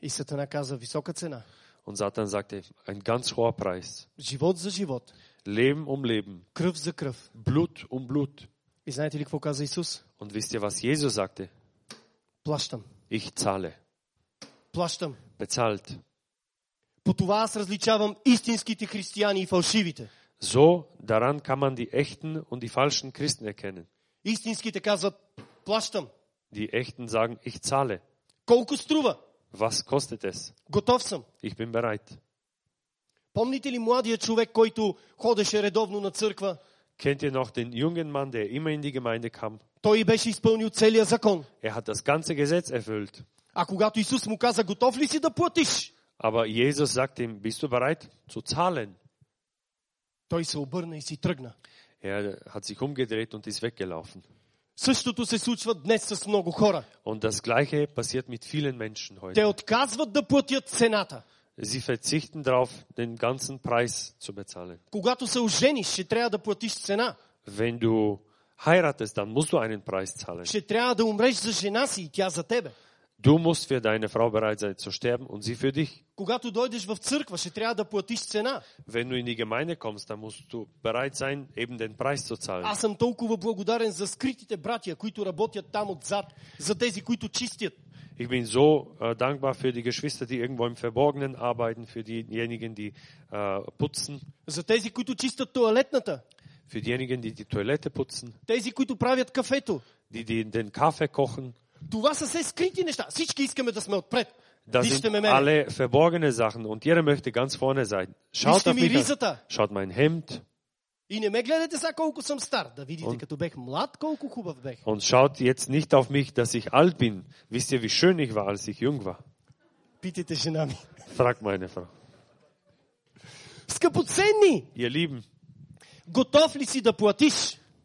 A: И Сатана каза, висока цена.
B: Und Satan sagte, ein ganz hoher Preis.
A: Живот за живот,
B: Leben um Leben,
A: кръв за кръв.
B: Blut um Blut.
A: И знаете ли какво каза Исус?
B: Und wisst ihr, was Jesus sagte?
A: Плащам.
B: Ich zahle.
A: Плащам.
B: Bezahlt.
A: По това аз различавам истинските християни и фалшивите.
B: So, daran kann man die echten und die falschen Christen erkennen.
A: Истинските казват, плащам.
B: Die echten sagen, ich zahle.
A: Колко струва?
B: Was kostet es?
A: Готов съм.
B: Ich bin bereit.
A: Помните ли младия човек, който ходеше редовно на църква?
B: Kennt ihr noch den jungen Mann, der immer in die Gemeinde kam?
A: Той беше изпълнил целия закон.
B: Er hat das ganze Gesetz erfüllt.
A: А когато Исус му каза, готов ли си да платиш?
B: Aber Jesus sagt ihm, bist du bereit zu zahlen?
A: Той се обърна и си тръгна.
B: Er hat sich umgedreht und ist weggelaufen.
A: Същото се случва днес с много хора.
B: Und das Gleiche passiert mit vielen Menschen heute.
A: Те отказват да платят цената.
B: Sie verzichten darauf, den ganzen Preis zu bezahlen.
A: Когато се ожениш, ще трябва да платиш цена.
B: Wenn du heiratest, dann musst du einen Preis zahlen.
A: Ще трябва да умреш за жена си и тя за тебе.
B: Du musst für deine Frau bereit sein zu sterben und sie für dich.
A: Когато дойдеш в църква, ще трябва да платиш цена.
B: Wenn du in die Gemeinde kommst, dann musst du bereit sein, eben den Preis zu zahlen.
A: Аз съм толкова благодарен за скритите братия, които работят там отзад, за тези, които чистят.
B: Ich bin so äh, dankbar für die Geschwister, die irgendwo im Verborgenen arbeiten, für diejenigen, die äh, putzen,
A: За тези, които чистят туалетната.
B: für diejenigen, die die Toilette putzen,
A: Тези, които правят кафето.
B: die, die den Kaffee kochen.
A: Това са все скрити неща. Всички искаме да сме отпред.
B: Das
A: Вижте
B: sind
A: ме мене.
B: alle verborgene Sachen und jeder möchte ganz vorne sein. Schaut
A: Вижте
B: auf
A: ми
B: mich an.
A: ризата.
B: Schaut mein Hemd
A: И не ме гледайте сега колко съм стар. Да видите,
B: Он-
A: като бех млад, колко хубав бех.
B: und schaut jetzt nicht auf mich, dass ich alt bin. Wisst ihr, wie schön ich war, als ich jung war?
A: Питайте жена ми.
B: Fragt meine Frau.
A: Скъпоценни!
B: Ihr Lieben,
A: Готов ли си да платиш?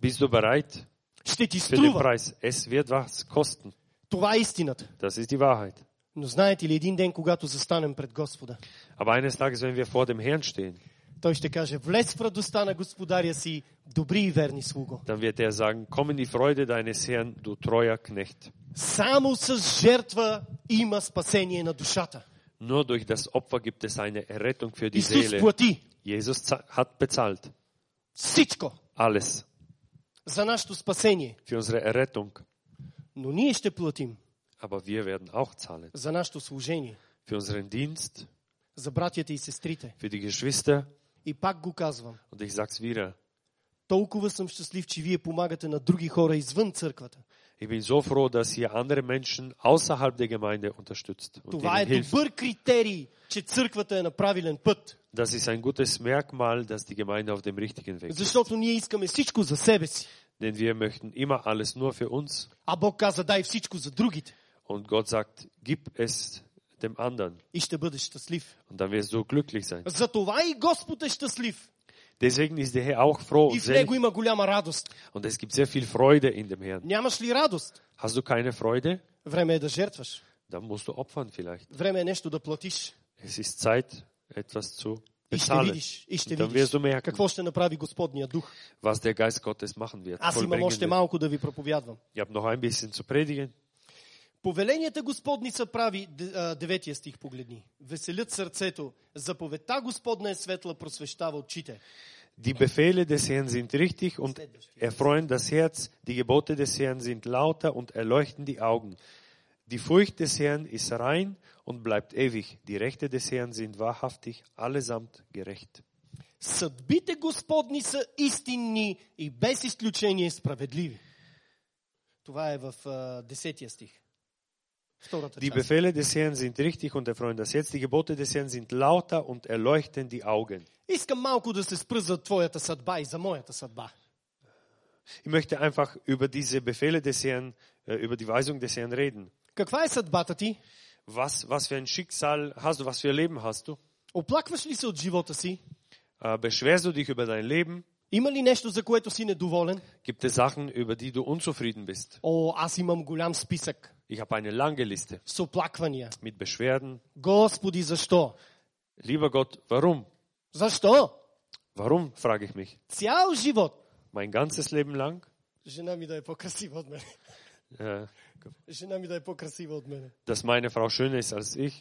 B: bist du bereit
A: Ще ти
B: für den
A: струва.
B: Preis? Es wird was kosten.
A: Това е истината.
B: Das ist die Wahrheit.
A: Но знаете ли, един ден, когато застанем пред Господа,
B: Aber eines Tages, wenn wir vor dem Herrn stehen,
A: той ще каже, влез в радостта на господаря си, добри и верни слуго.
B: dann wird er sagen, komm in die Freude deines Herrn, du treuer Knecht.
A: Само с жертва има спасение на душата.
B: Nur durch das Opfer gibt es eine Errettung für die
A: Исус
B: Seele.
A: плати
B: Jesus za- hat bezahlt.
A: всичко
B: Alles.
A: за нашето спасение,
B: Für unsere Errettung.
A: но ние ще платим
B: Aber wir werden auch zahlen.
A: за нашето служение,
B: Für unseren Dienst,
A: за братята и сестрите.
B: für die Geschwister.
A: И пак го казвам,
B: Und ich sag's wieder.
A: толкова съм щастлив, че вие помагате на други хора извън църквата.
B: Ich bin so froh, dass ihr andere Menschen außerhalb der Gemeinde unterstützt und
A: Това е
B: ihnen hilft.
A: добър критерий, че църквата е на правилен път.
B: Das ist ein gutes Merkmal, dass die Gemeinde auf dem richtigen Weg ist.
A: Защото ние искаме всичко за себе си.
B: Denn wir möchten immer alles nur für uns.
A: А Бог каза, дай всичко за другите.
B: Und Gott sagt, gib es dem anderen.
A: И ще бъдеш щастлив.
B: Und dann wirst du glücklich sein.
A: Затова и Господ е щастлив.
B: Deswegen ist der Herr auch froh.
A: И
B: Und,
A: в Него
B: selig.
A: има голяма радост.
B: und es gibt sehr viel Freude in dem Herrn.
A: Нямаш ли радост?
B: Hast du keine Freude?
A: Време е да жертваш.
B: Dann musst du opfern vielleicht.
A: Време е нещо да платиш.
B: Es ist Zeit, etwas zu
A: И ще
B: bezahlen.
A: видиш, и ще
B: Und dann wirst
A: видиш
B: du merken,
A: какво ще направи Господния дух.
B: was der Geist Gottes machen wird.
A: Аз имам
B: vollbringen
A: още
B: wird.
A: малко да ви проповядвам.
B: Ich habe noch ein bisschen zu predigen.
A: Повеленията Господни са прави, д- а, деветия стих погледни. Веселят сърцето. Заповедта Господна е светла, просвещава очите.
B: Die Befehle des Herrn sind richtig und erfreuen das Herz. Die Gebote des Herrn sind lauter und erleuchten die Augen. Die Furcht des Herrn ist rein und bleibt ewig. Die Rechte des Herrn sind wahrhaftig, allesamt gerecht.
A: Съдбите Господни са истинни и без изключение справедливи. Това е в а, десетия стих. Втората
B: Die
A: част.
B: Befehle des Herrn sind richtig und erfreuen das Herz. Die Gebote des Herrn sind lauter und erleuchten die Augen.
A: Искам малко да се спра за твоята съдба и за моята съдба.
B: Ich möchte einfach über diese Befehle des Herrn, äh, über die Weisung des Herrn reden.
A: Каква е съдбата ти?
B: Was, was für ein Schicksal hast du? Was für ein Leben hast du?
A: Оплакваш ли се от живота си?
B: Äh, beschwerst du dich über dein Leben?
A: Има ли нещо, за което си недоволен?
B: Gibt es Sachen, über die du unzufrieden bist?
A: О, аз имам голям списък
B: Ich habe eine lange Liste
A: с оплаквания.
B: mit Beschwerden.
A: Господи, защо?
B: Lieber Gott, warum?
A: Защо?
B: Warum, frage ich mich.
A: Цял живот.
B: Mein ganzes Leben lang?
A: Жена ми да е по-красива от мен.
B: Äh,
A: Жена ми да е по-красива от мен.
B: dass meine Frau schöner ist als ich?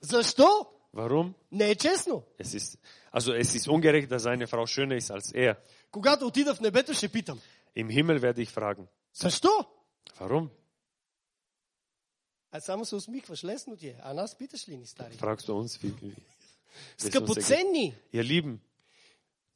A: Защо?
B: Warum?
A: Не е честно.
B: Es ist, also es ist ungerecht, dass seine Frau schöner ist als er.
A: Когато отида в небето, ще питам.
B: Im Himmel werde ich fragen,
A: Защо?
B: warum?
A: А само се усмихваш, лесно ти е. А нас питаш ли ни, стари?
B: Fragst du uns, wie, wie,
A: Скъпоценни!
B: ihr Lieben,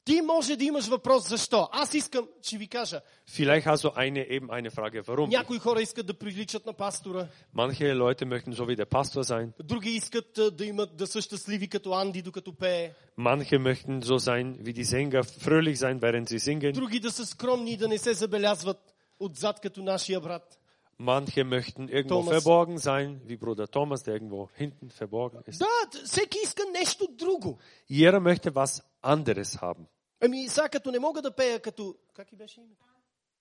A: Ти може да имаш въпрос защо. Аз искам, ще ви кажа.
B: vielleicht hast du eine, eben eine Frage, warum?
A: Някои хора искат да приличат на пастора,
B: Manche Leute möchten so wie der Pastor sein,
A: други искат а, да имат да са щастливи като Анди, докато пее,
B: manche möchten so sein wie die Sänger, fröhlich sein, während sie singen,
A: други да са скромни и да не се забелязват отзад като нашия брат.
B: manche möchten irgendwo
A: Thomas.
B: verborgen sein, wie Bruder Thomas, der irgendwo hinten verborgen ist.
A: Да, т- всеки иска нещо друго.
B: Jeder möchte was anderes haben.
A: Ами сега като не мога да пея като... Как и беше името?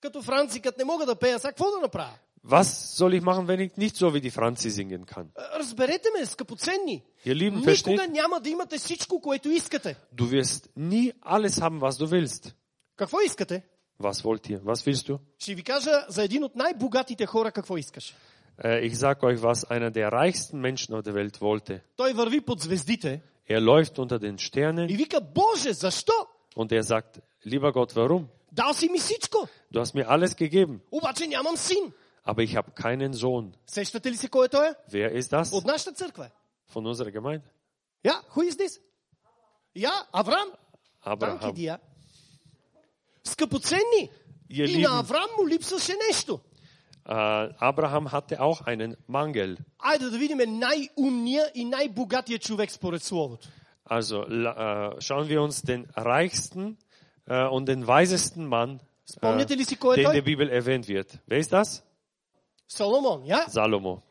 A: Като Франци, като не мога да пея, сега какво да направя?
B: Was soll ich machen, wenn ich nicht so wie die Franzi singen kann?
A: А, Разберете ме, скъпоценни.
B: Ihr Lieben,
A: Никога
B: versteht,
A: няма да имате всичко, което искате.
B: du wirst nie alles haben, was du willst.
A: Какво искате?
B: Was wollt ihr? Was willst du?
A: Ще ви кажа за един от най-богатите хора какво искаш.
B: Äh, ich sag euch, was einer der reichsten Menschen auf der Welt wollte.
A: Той върви под звездите
B: Er läuft unter den Sternen
A: и вика, Боже, защо?
B: und er sagt, lieber Gott, warum?
A: Дал си ми всичко,
B: Du hast mir alles gegeben,
A: обаче нямам син.
B: aber ich habe keinen Sohn.
A: Сещате ли се кой е той? е?
B: Wer ist das
A: От нашата църква е.
B: von unserer Gemeinde?
A: Я, who is this? Я, Авраам. Танки
B: Abraham.
A: дия. Скъпоценни.
B: Ihr
A: И на
B: Lieben,
A: Авраам му липсваше нещо.
B: äh, Abraham hatte auch einen Mangel.
A: Айде да видим най-умния и най-богатия човек според Словото.
B: Also la- äh, schauen wir uns den reichsten äh, und den weisesten Mann, äh,
A: Спомняте
B: der
A: ли си кой е
B: in
A: той?
B: der Bibel erwähnt wird. Wer ist das?
A: Соломон, я?
B: Salomo.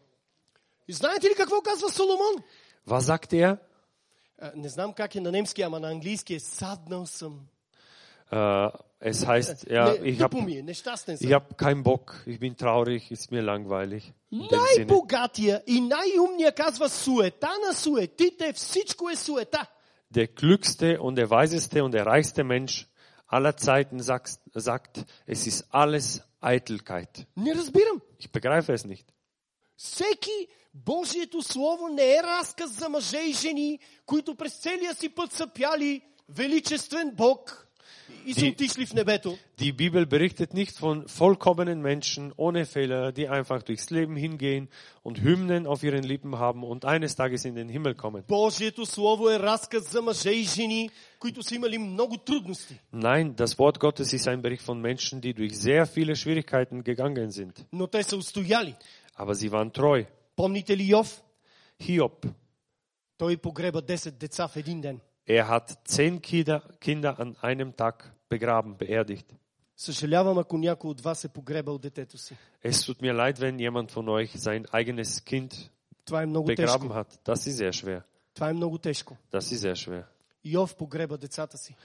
A: И Знаете ли какво казва Соломон?
B: Was sagt er?
A: А, Не знам как е на немски, ама на английски е саднал съм.
B: Äh, es heißt, ja,
A: Не,
B: ich
A: тъпо
B: habe
A: ми е, нещастен съм.
B: Ich habe keinen Bock, ich bin traurig, ist mir langweilig. In dem Sinne,
A: Най-богатия и най-умния казва суета на суетите, всичко е суета.
B: der klügste und der weiseste und der reichste Mensch aller Zeiten sagt, sagt es ist alles Eitelkeit.
A: Не разбирам.
B: Ich begreife es nicht.
A: Всеки Божието Слово не е разказ за мъже и жени, които през целия си път са пяли величествен Бог и са
B: Ти-
A: отишли в небето.
B: Die Bibel berichtet nicht von vollkommenen Menschen ohne Fehler, die einfach durchs Leben hingehen und Hymnen auf ihren Lippen haben und eines Tages in den Himmel kommen.
A: Божието Слово е разказ за мъже и жени, които са имали много трудности,
B: Nein, das Wort Gottes ist ein Bericht von Menschen, die durch sehr viele Schwierigkeiten gegangen sind.
A: но те са устояли.
B: Aber sie waren treu.
A: Помните ли Йов?
B: Hiob,
A: Той погреба 10 деца в един ден.
B: Er hat zehn Kinder, Kinder an einem Tag begraben, beerdigt.
A: Съжалявам, ако някой от вас е погребал детето си.
B: Es tut mir leid, wenn jemand von euch sein eigenes Kind
A: Това е много тежко.
B: begraben hat. Das ist sehr schwer.
A: Това е много тежко.
B: Das ist sehr schwer.
A: Йов погреба децата си.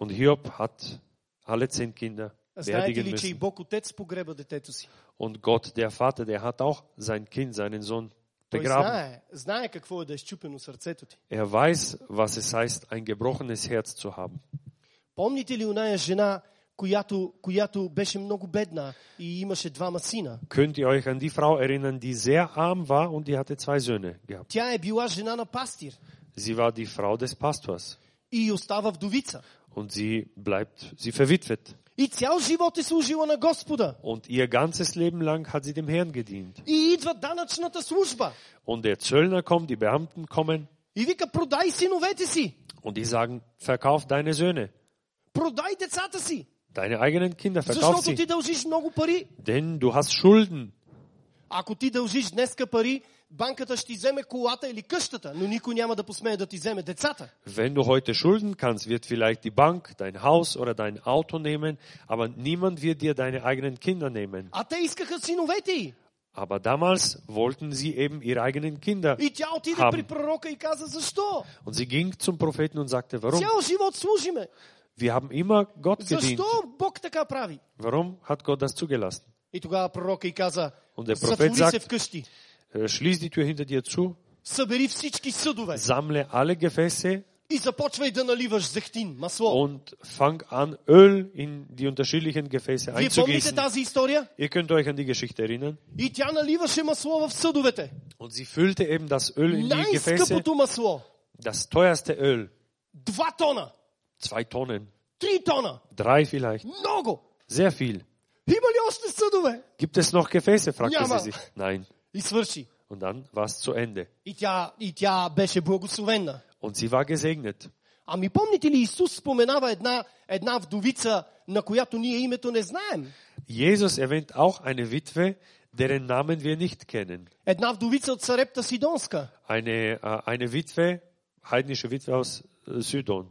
B: Und Hiob hat alle zehn Kinder
A: Знаете
B: beerdigen
A: ли, че и
B: müssen.
A: Бог Отец погреба детето си?
B: Und Gott, der Vater, der hat auch sein Kind, seinen Sohn
A: Той
B: begraben.
A: знае, знае какво е да е щупено сърцето ти.
B: Er weiß, was es heißt, ein gebrochenes Herz zu haben.
A: Помните ли оная жена, която, която беше много бедна и имаше двама сина?
B: Könnt ihr euch an die Frau erinnern, die sehr arm war und die hatte zwei Söhne gehabt?
A: Тя е била жена на пастир
B: Sie war die Frau des Pastors
A: и остава вдовица.
B: und sie bleibt, sie verwitwet.
A: И цял живот е служила на Господа.
B: Und ihr ganzes Leben lang hat sie dem Herrn gedient.
A: И идва данъчната служба.
B: Und der Zöllner kommt, die Beamten kommen
A: И вика, продай синовете си,
B: und die sagen, verkauf deine Söhne,
A: продай децата си,
B: deine eigenen Kinder, verkauf
A: защото ти
B: sie,
A: дължиш много пари.
B: denn du hast Schulden.
A: Ако ти дължиш днеска пари, банката ще ти вземе колата или къщата, но никой няма да посмее да ти вземе децата.
B: Wenn du heute Schulden kannst, wird vielleicht die Bank dein Haus oder dein Auto nehmen, aber niemand wird dir deine eigenen Kinder nehmen.
A: А те искаха синовете й.
B: Aber damals wollten sie eben ihre eigenen Kinder.
A: И тя отиде
B: Ам.
A: при пророка и каза, защо?
B: Und sie ging zum Propheten und sagte, warum?
A: Цял живот служиме.
B: Wir haben immer Gott gedient.
A: Защо Бог така прави?
B: Warum hat Gott das zugelassen?
A: И тогава пророка и каза,
B: Und der Prophet
A: затвори се
B: sagt,
A: вкъщи,
B: äh, schließ die Tür hinter dir zu,
A: събери всички съдове
B: sammle alle Gefäße
A: и започвай да наливаш зехтин, масло.
B: und fang an, Öl in die unterschiedlichen Gefäße
A: Вие помните
B: einzugießen.
A: тази история?
B: Ihr könnt euch an die Geschichte erinnern.
A: И тя наливаше масло в съдовете.
B: Und sie füllte eben das Öl in die Gefäße,
A: Най-скъпото масло.
B: das teuerste Öl,
A: Два тона.
B: zwei Tonnen,
A: Три тона.
B: drei vielleicht,
A: Много.
B: sehr viel.
A: Има ли още съдове?
B: Gibt es noch Gefäße? fragte
A: Jammer.
B: sie sich. Nein.
A: И свърши.
B: Und dann war es zu Ende.
A: И тя, и тя беше благословена.
B: Und sie war gesegnet.
A: Ами помните ли Исус споменава една, една вдовица, на която ние името не знаем?
B: Jesus erwähnt auch eine Witwe, deren Namen wir nicht kennen.
A: Една вдовица от Сарепта Сидонска.
B: Eine, äh, eine Witwe, heidnische Witwe aus äh, Sidon.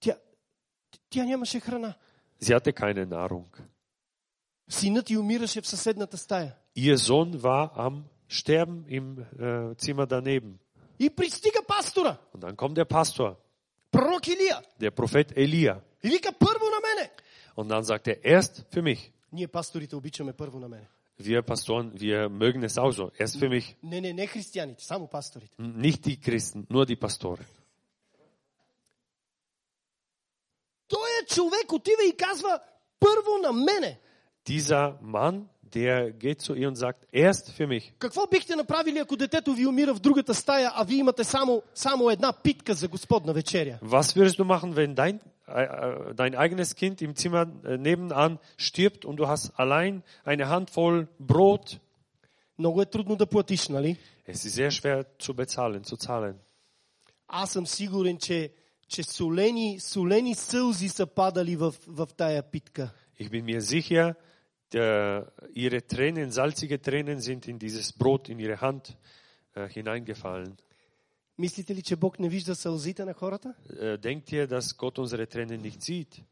A: Тя, тя нямаше храна.
B: Sie hatte keine Nahrung.
A: Синът й умираше в съседната стая.
B: Ihr Sohn war am Sterben im äh, Zimmer daneben.
A: И пристига пастора,
B: Und dann kommt der Pastor,
A: пророк Илия,
B: der Prophet Elia.
A: и вика първо на мене.
B: Und dann sagt er, erst für mich.
A: Ние пасторите обичаме първо на мене.
B: Wir Pastoren, wir mögen es auch so. Erst für mich. Hm,
A: Не, не, не християните, само пасторите.
B: Nicht die Christen, nur die Pastoren.
A: Той е човек отива и казва първо на мене.
B: Dieser Mann, der geht zu ihr und sagt, erst für mich.
A: Какво бихте направили, ако детето ви умира в другата стая, а вие имате само, само една питка за Господна вечеря?
B: Was würdest du machen, wenn dein, äh, äh, dein eigenes Kind im Zimmer äh, nebenan stirbt und du hast allein eine Handvoll Brot?
A: Много е трудно да платиш, нали?
B: Es ist sehr schwer zu bezahlen, zu zahlen.
A: Аз съм сигурен, че, че солени, солени сълзи са падали в, в тая питка.
B: Ich bin mir sicher, der, ihre Tränen, salzige Tränen sind in dieses Brot, in ihre Hand äh, hineingefallen.
A: Мислите ли, че Бог не вижда сълзите на хората?
B: Äh, denkt ihr, dass Gott unsere Tränen nicht sieht?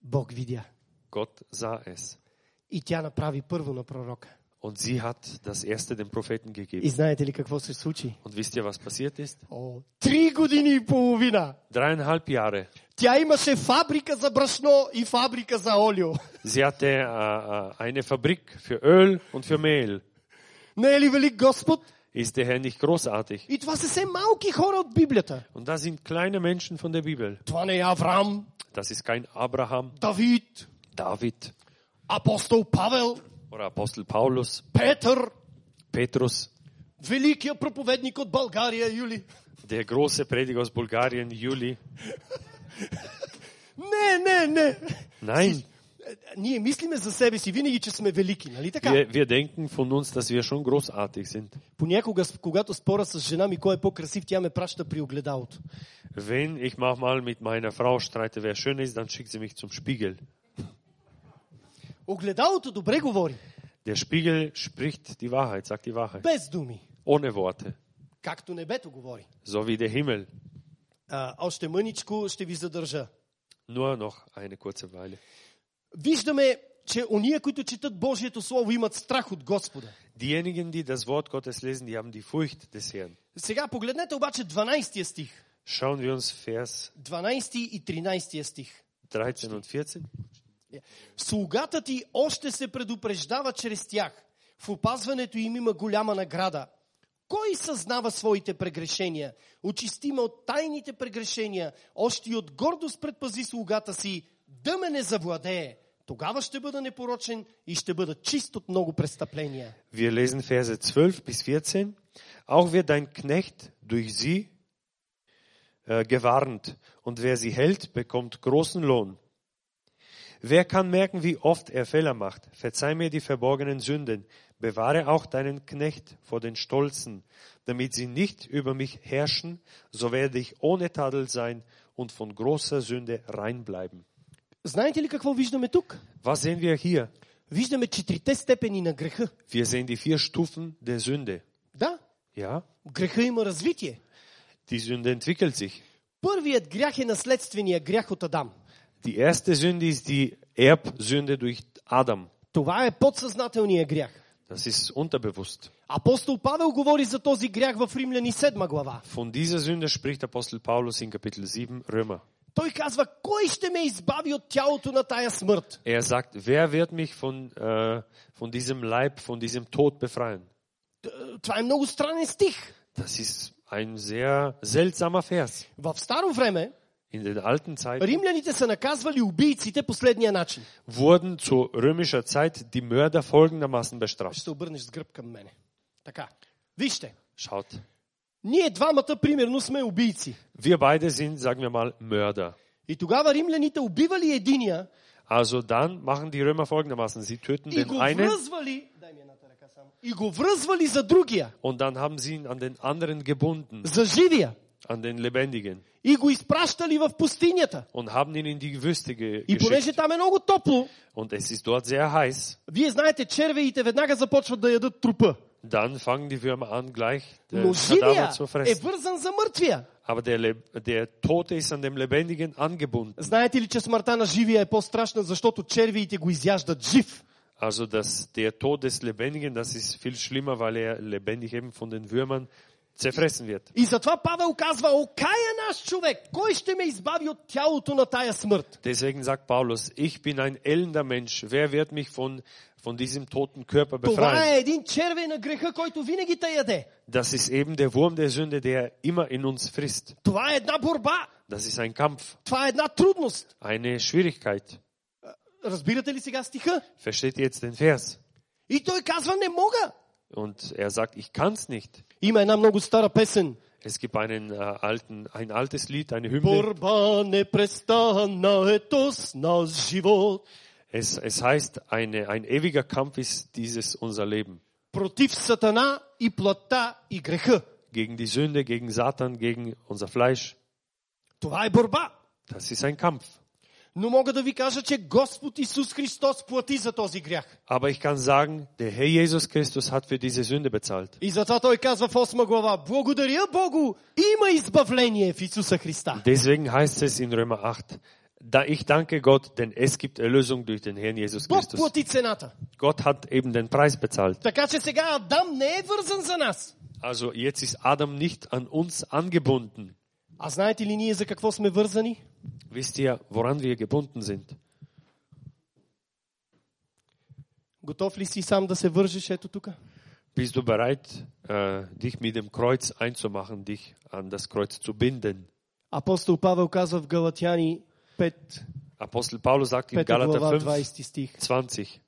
A: Бог видя.
B: Gott sah es.
A: И тя направи първо на пророка.
B: Und sie hat das erste dem Propheten
A: И
B: gegeben.
A: знаете ли какво се случи?
B: Und wisst ihr, was passiert ist?
A: О, три години и половина!
B: Dreieinhalb Jahre.
A: Тя имаше фабрика за брашно и фабрика за олио.
B: Sie hatte äh, äh, eine Fabrik für Öl und für Mehl.
A: Не е ли велик Господ?
B: Ist der Herr nicht großartig?
A: И това са все малки хора от Библията.
B: Und das sind kleine Menschen von der Bibel.
A: Това не е Авраам,
B: Das ist kein Abraham,
A: Давид,
B: David
A: апостол Павел,
B: oder Apostel Paulus,
A: Петър,
B: Petrus,
A: великия проповедник от България, Юли.
B: der große Prediger aus Bulgarien, Juli.
A: Не, не, не. е,
B: Nein,
A: Ние мислиме за себе си винаги, че сме велики, нали така?
B: wir, wir denken von uns, dass wir schon großartig sind.
A: Понякога, с- когато спора с жена ми кой е по-красив, тя ме праща при огледалото.
B: Wenn ich manchmal mit meiner Frau streite, wer schön ist, dann schickt sie mich zum Spiegel.
A: Огледалото добре говори,
B: Der Spiegel spricht die Wahrheit, sagt die Wahrheit,
A: без думи,
B: ohne Worte,
A: както небето говори.
B: so wie der Himmel.
A: А, още мъничко ще ви задържа.
B: Nur noch eine kurze Weile.
A: Виждаме, че ония, които четат Божието Слово, имат страх от Господа.
B: Diejenigen, die das Wort Gottes lesen, die haben die Furcht des Herrn.
A: Сега погледнете обаче 12 стих.
B: Schauen wir uns Vers
A: 12 и 13 стих.
B: 13 und 14.
A: Слугата ти още се предупреждава чрез тях. В опазването им има голяма награда. Кой съзнава своите прегрешения? Очисти ме от тайните прегрешения. Още и от гордост предпази слугата си. Да ме не завладее. Тогава ще бъда непорочен и ще бъда чист от много престъпления.
B: Wir lesen Verse 12 bis 14. Auch wird dein Knecht durch sie äh, gewarnt, und wer sie hält, bekommt großen Lohn. Wer kann merken, wie oft er Fehler macht? Verzeih mir die verborgenen Sünden. Bewahre auch deinen Knecht vor den Stolzen, damit sie nicht über mich herrschen, so werde ich ohne Tadel sein und von großer Sünde rein bleiben.
A: Знаете ли какво виждаме тук?
B: Was sehen wir hier?
A: Виждаме четирите степени на греха.
B: Wir sehen die vier Stufen der Sünde.
A: Да,
B: Ja,
A: греха има развитие.
B: die Sünde entwickelt sich.
A: Първият грях е наследствения грях от Адам.
B: Die erste Sünde ist die Erbsünde durch Adam.
A: Това е подсъзнателния грях.
B: Das ist unterbewusst.
A: Апостол Павел говори за този грях в Римляни 7 глава.
B: Von dieser Sünde spricht Apostel Paulus in Kapitel 7 Römer.
A: Той казва, кой ще ме избави от тялото на тая смърт?
B: Er sagt, wer wird mich von, äh, von diesem Leib, von diesem Tod befreien?
A: Т- Това е много странен стих.
B: Das ist ein sehr seltsamer Vers.
A: В старо време
B: In den alten Zeiten
A: римляните са наказвали убийците последния начин.
B: wurden zu römischer Zeit die Mörder folgendermaßen
A: Ще
B: bestraft.
A: се обърнеш с гръб към мене. Така. Вижте,
B: Schaut,
A: ние двамата примерно сме убийци.
B: wir beide sind, sagen wir mal, Mörder.
A: И тогава римляните убивали единия
B: Also dann machen die Römer folgendermaßen. Sie töten
A: и
B: den
A: го
B: einen
A: връзвали... Дай ми едната ръка само. И го връзвали за другия,
B: und dann haben sie ihn an den anderen gebunden,
A: за живия.
B: an den Lebendigen
A: И го изпращали в пустинята.
B: und haben ihn in die Wüste ge
A: И понеже
B: geschickt.
A: там е много топло,
B: Und es ist dort sehr heiß.
A: вие знаете, червеите веднага започват да ядат трупа.
B: Dann fangen die Würmer an, gleich
A: Но
B: den
A: живия
B: Kadaver zu
A: е
B: fressen.
A: вързан за мъртвия.
B: Aber der, Leb- der Tote ist an dem Lebendigen angebunden.
A: Знаете ли, че смъртта на живия е по-страшна, защото червеите го изяждат жив?
B: Also das, der Tod des Lebendigen, das ist viel schlimmer, weil er lebendig eben von den Würmern zerfressen wird.
A: И затова Павел казва, окая наш човек, кой ще ме избави от тялото на тая смърт?
B: Deswegen sagt Paulus, ich bin ein elender Mensch. Wer wird mich von, von diesem toten Körper
A: Това
B: befreien?
A: е един червей на греха, който винаги те яде.
B: Das ist eben der Wurm der Sünde, der immer in uns frisst.
A: Това е една борба,
B: Das ist ein Kampf,
A: това е една трудност.
B: eine Schwierigkeit.
A: Разбирате ли сега стиха?
B: Versteht ihr jetzt den Vers?
A: И той казва, не мога.
B: Und er sagt, ich kann's nicht.
A: Има една много стара песен.
B: Es gibt einen äh, alten, ein altes Lied, eine Hymne.
A: Борба непрестанна е то с наш живот.
B: Es, es heißt, eine, ein ewiger Kampf ist dieses unser Leben.
A: Против сатана и плата и греха.
B: Gegen die Sünde, gegen Satan, gegen unser Fleisch.
A: Това е борба.
B: Das ist ein Kampf.
A: Но мога да ви кажа, че Господ Исус Христос плати за този грях.
B: Aber ich kann sagen, der Herr Jesus Christus hat für diese Sünde bezahlt.
A: И затова той казва в 8 глава, благодаря Богу, има избавление в Исуса Христа.
B: Deswegen heißt es in Römer 8, da ich danke Gott, denn es gibt Erlösung durch den Herrn Jesus
A: Бог
B: Christus.
A: плати цената.
B: Gott hat eben den Preis bezahlt.
A: Така че сега Адам не е вързан за нас.
B: Also jetzt ist Adam nicht an uns angebunden.
A: А знаете ли ние за какво сме вързани?
B: Wisst ihr, woran wir gebunden sind?
A: Готов ли си сам да се вържеш ето тук?
B: Bist du bereit, äh, dich mit dem Kreuz einzumachen, dich an das Kreuz zu binden?
A: Апостол Павел казва в Галатяни 5,
B: Apostel Paulus sagt in
A: 5 глава
B: Galater 5,
A: 20 стих.
B: 20,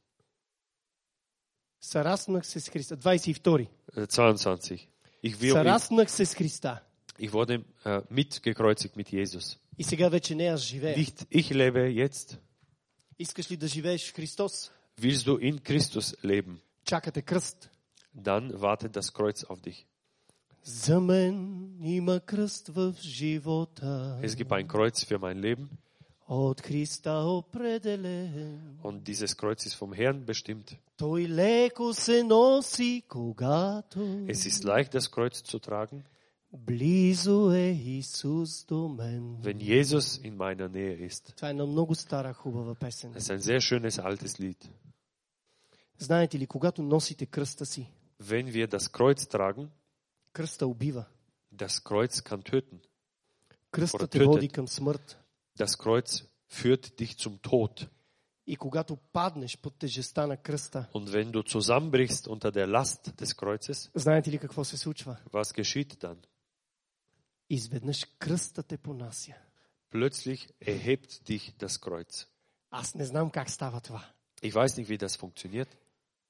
A: Сараснах се с Христа. 22.
B: äh, 22. Ich, wir,
A: Сараснах се с Христа.
B: ich wurde äh, mitgekreuzigt mit Jesus.
A: И сега вече не аз живея.
B: Nicht ich lebe jetzt.
A: Искаш ли да живееш в Христос?
B: Willst du in Christus leben?
A: Чакате кръст.
B: Dann wartet das Kreuz auf dich.
A: За мен има кръст в живота.
B: Es gibt ein Kreuz für mein Leben
A: От Христа определен.
B: und dieses Kreuz ist vom Herrn bestimmt.
A: Той леко се носи, когато
B: Es ist leicht, das Kreuz zu tragen,
A: близо е Исус до мен.
B: wenn Jesus in meiner Nähe ist.
A: Това е една много стара хубава песен.
B: Es ist ein sehr schönes altes Lied.
A: Знаете ли, когато носите кръста си,
B: Wenn wir das Kreuz tragen,
A: кръста убива.
B: das Kreuz kann töten.
A: Кръстът те
B: Прокетът.
A: води към смърт.
B: Das Kreuz führt dich zum Tod.
A: И когато паднеш под тежестта на кръста,
B: Und wenn du zusammenbrichst unter der Last des Kreuzes,
A: знаете ли какво се случва?
B: was geschieht dann?
A: Изведнъж кръста те понася.
B: Plötzlich erhebt dich das Kreuz.
A: Аз не знам как става това.
B: Ich weiß nicht, wie das funktioniert,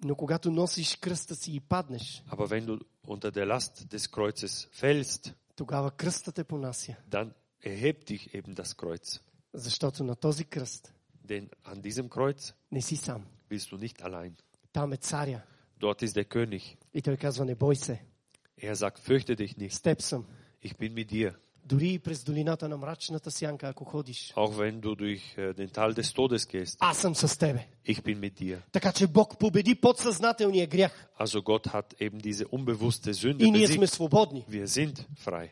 A: Но когато носиш кръста си и паднеш,
B: aber wenn du unter der Last des Kreuzes fällst,
A: тогава кръста те понася.
B: dann erhebt dich eben das Kreuz.
A: Защото на този кръст
B: Denn an diesem Kreuz
A: не си сам.
B: bist du nicht allein.
A: Там е царя.
B: Dort ist der König.
A: И той казва, не бой се,
B: Er sagt, fürchte dich nicht,
A: с теб съм.
B: ich bin mit dir.
A: Дори и през долината на мрачната сянка, ако ходиш,
B: Auch wenn du durch äh, den Tal des Todes gehst,
A: аз съм с тебе.
B: ich bin mit dir.
A: Така че Бог победи подсъзнателния грях.
B: Also Gott hat eben diese unbewusste Sünde
A: И ние сме
B: besiegt.
A: свободни.
B: Wir sind frei.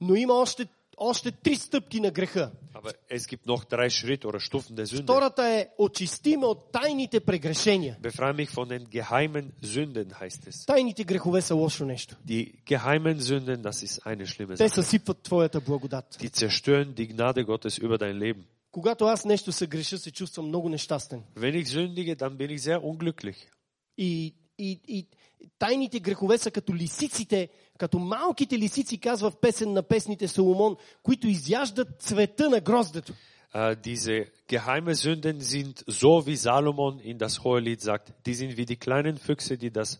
A: Но има още, още три стъпки на греха.
B: Aber es gibt noch drei Schritte oder Stufen der Sünde.
A: Втората е очисти ме от тайните прегрешения.
B: Befreie mich von den geheimen Sünden, heißt es.
A: Тайните грехове са лошо нещо.
B: Die geheimen Sünden, das ist eine schlimme
A: Те
B: Sache.
A: съсипват твоята благодат.
B: Die zerstören die Gnade Gottes über dein Leben.
A: Когато аз нещо се греша, се чувствам много нещастен.
B: Wenn ich sündige, dann bin ich sehr unglücklich.
A: И, и, и тайните грехове са като лисиците, като малките лисици, казва в песен на песните Соломон, които изяждат цвета на гроздето.
B: Äh, diese geheime Sünden sind so, wie Salomon in das Hohelied sagt, die sind wie die kleinen Füchse, die das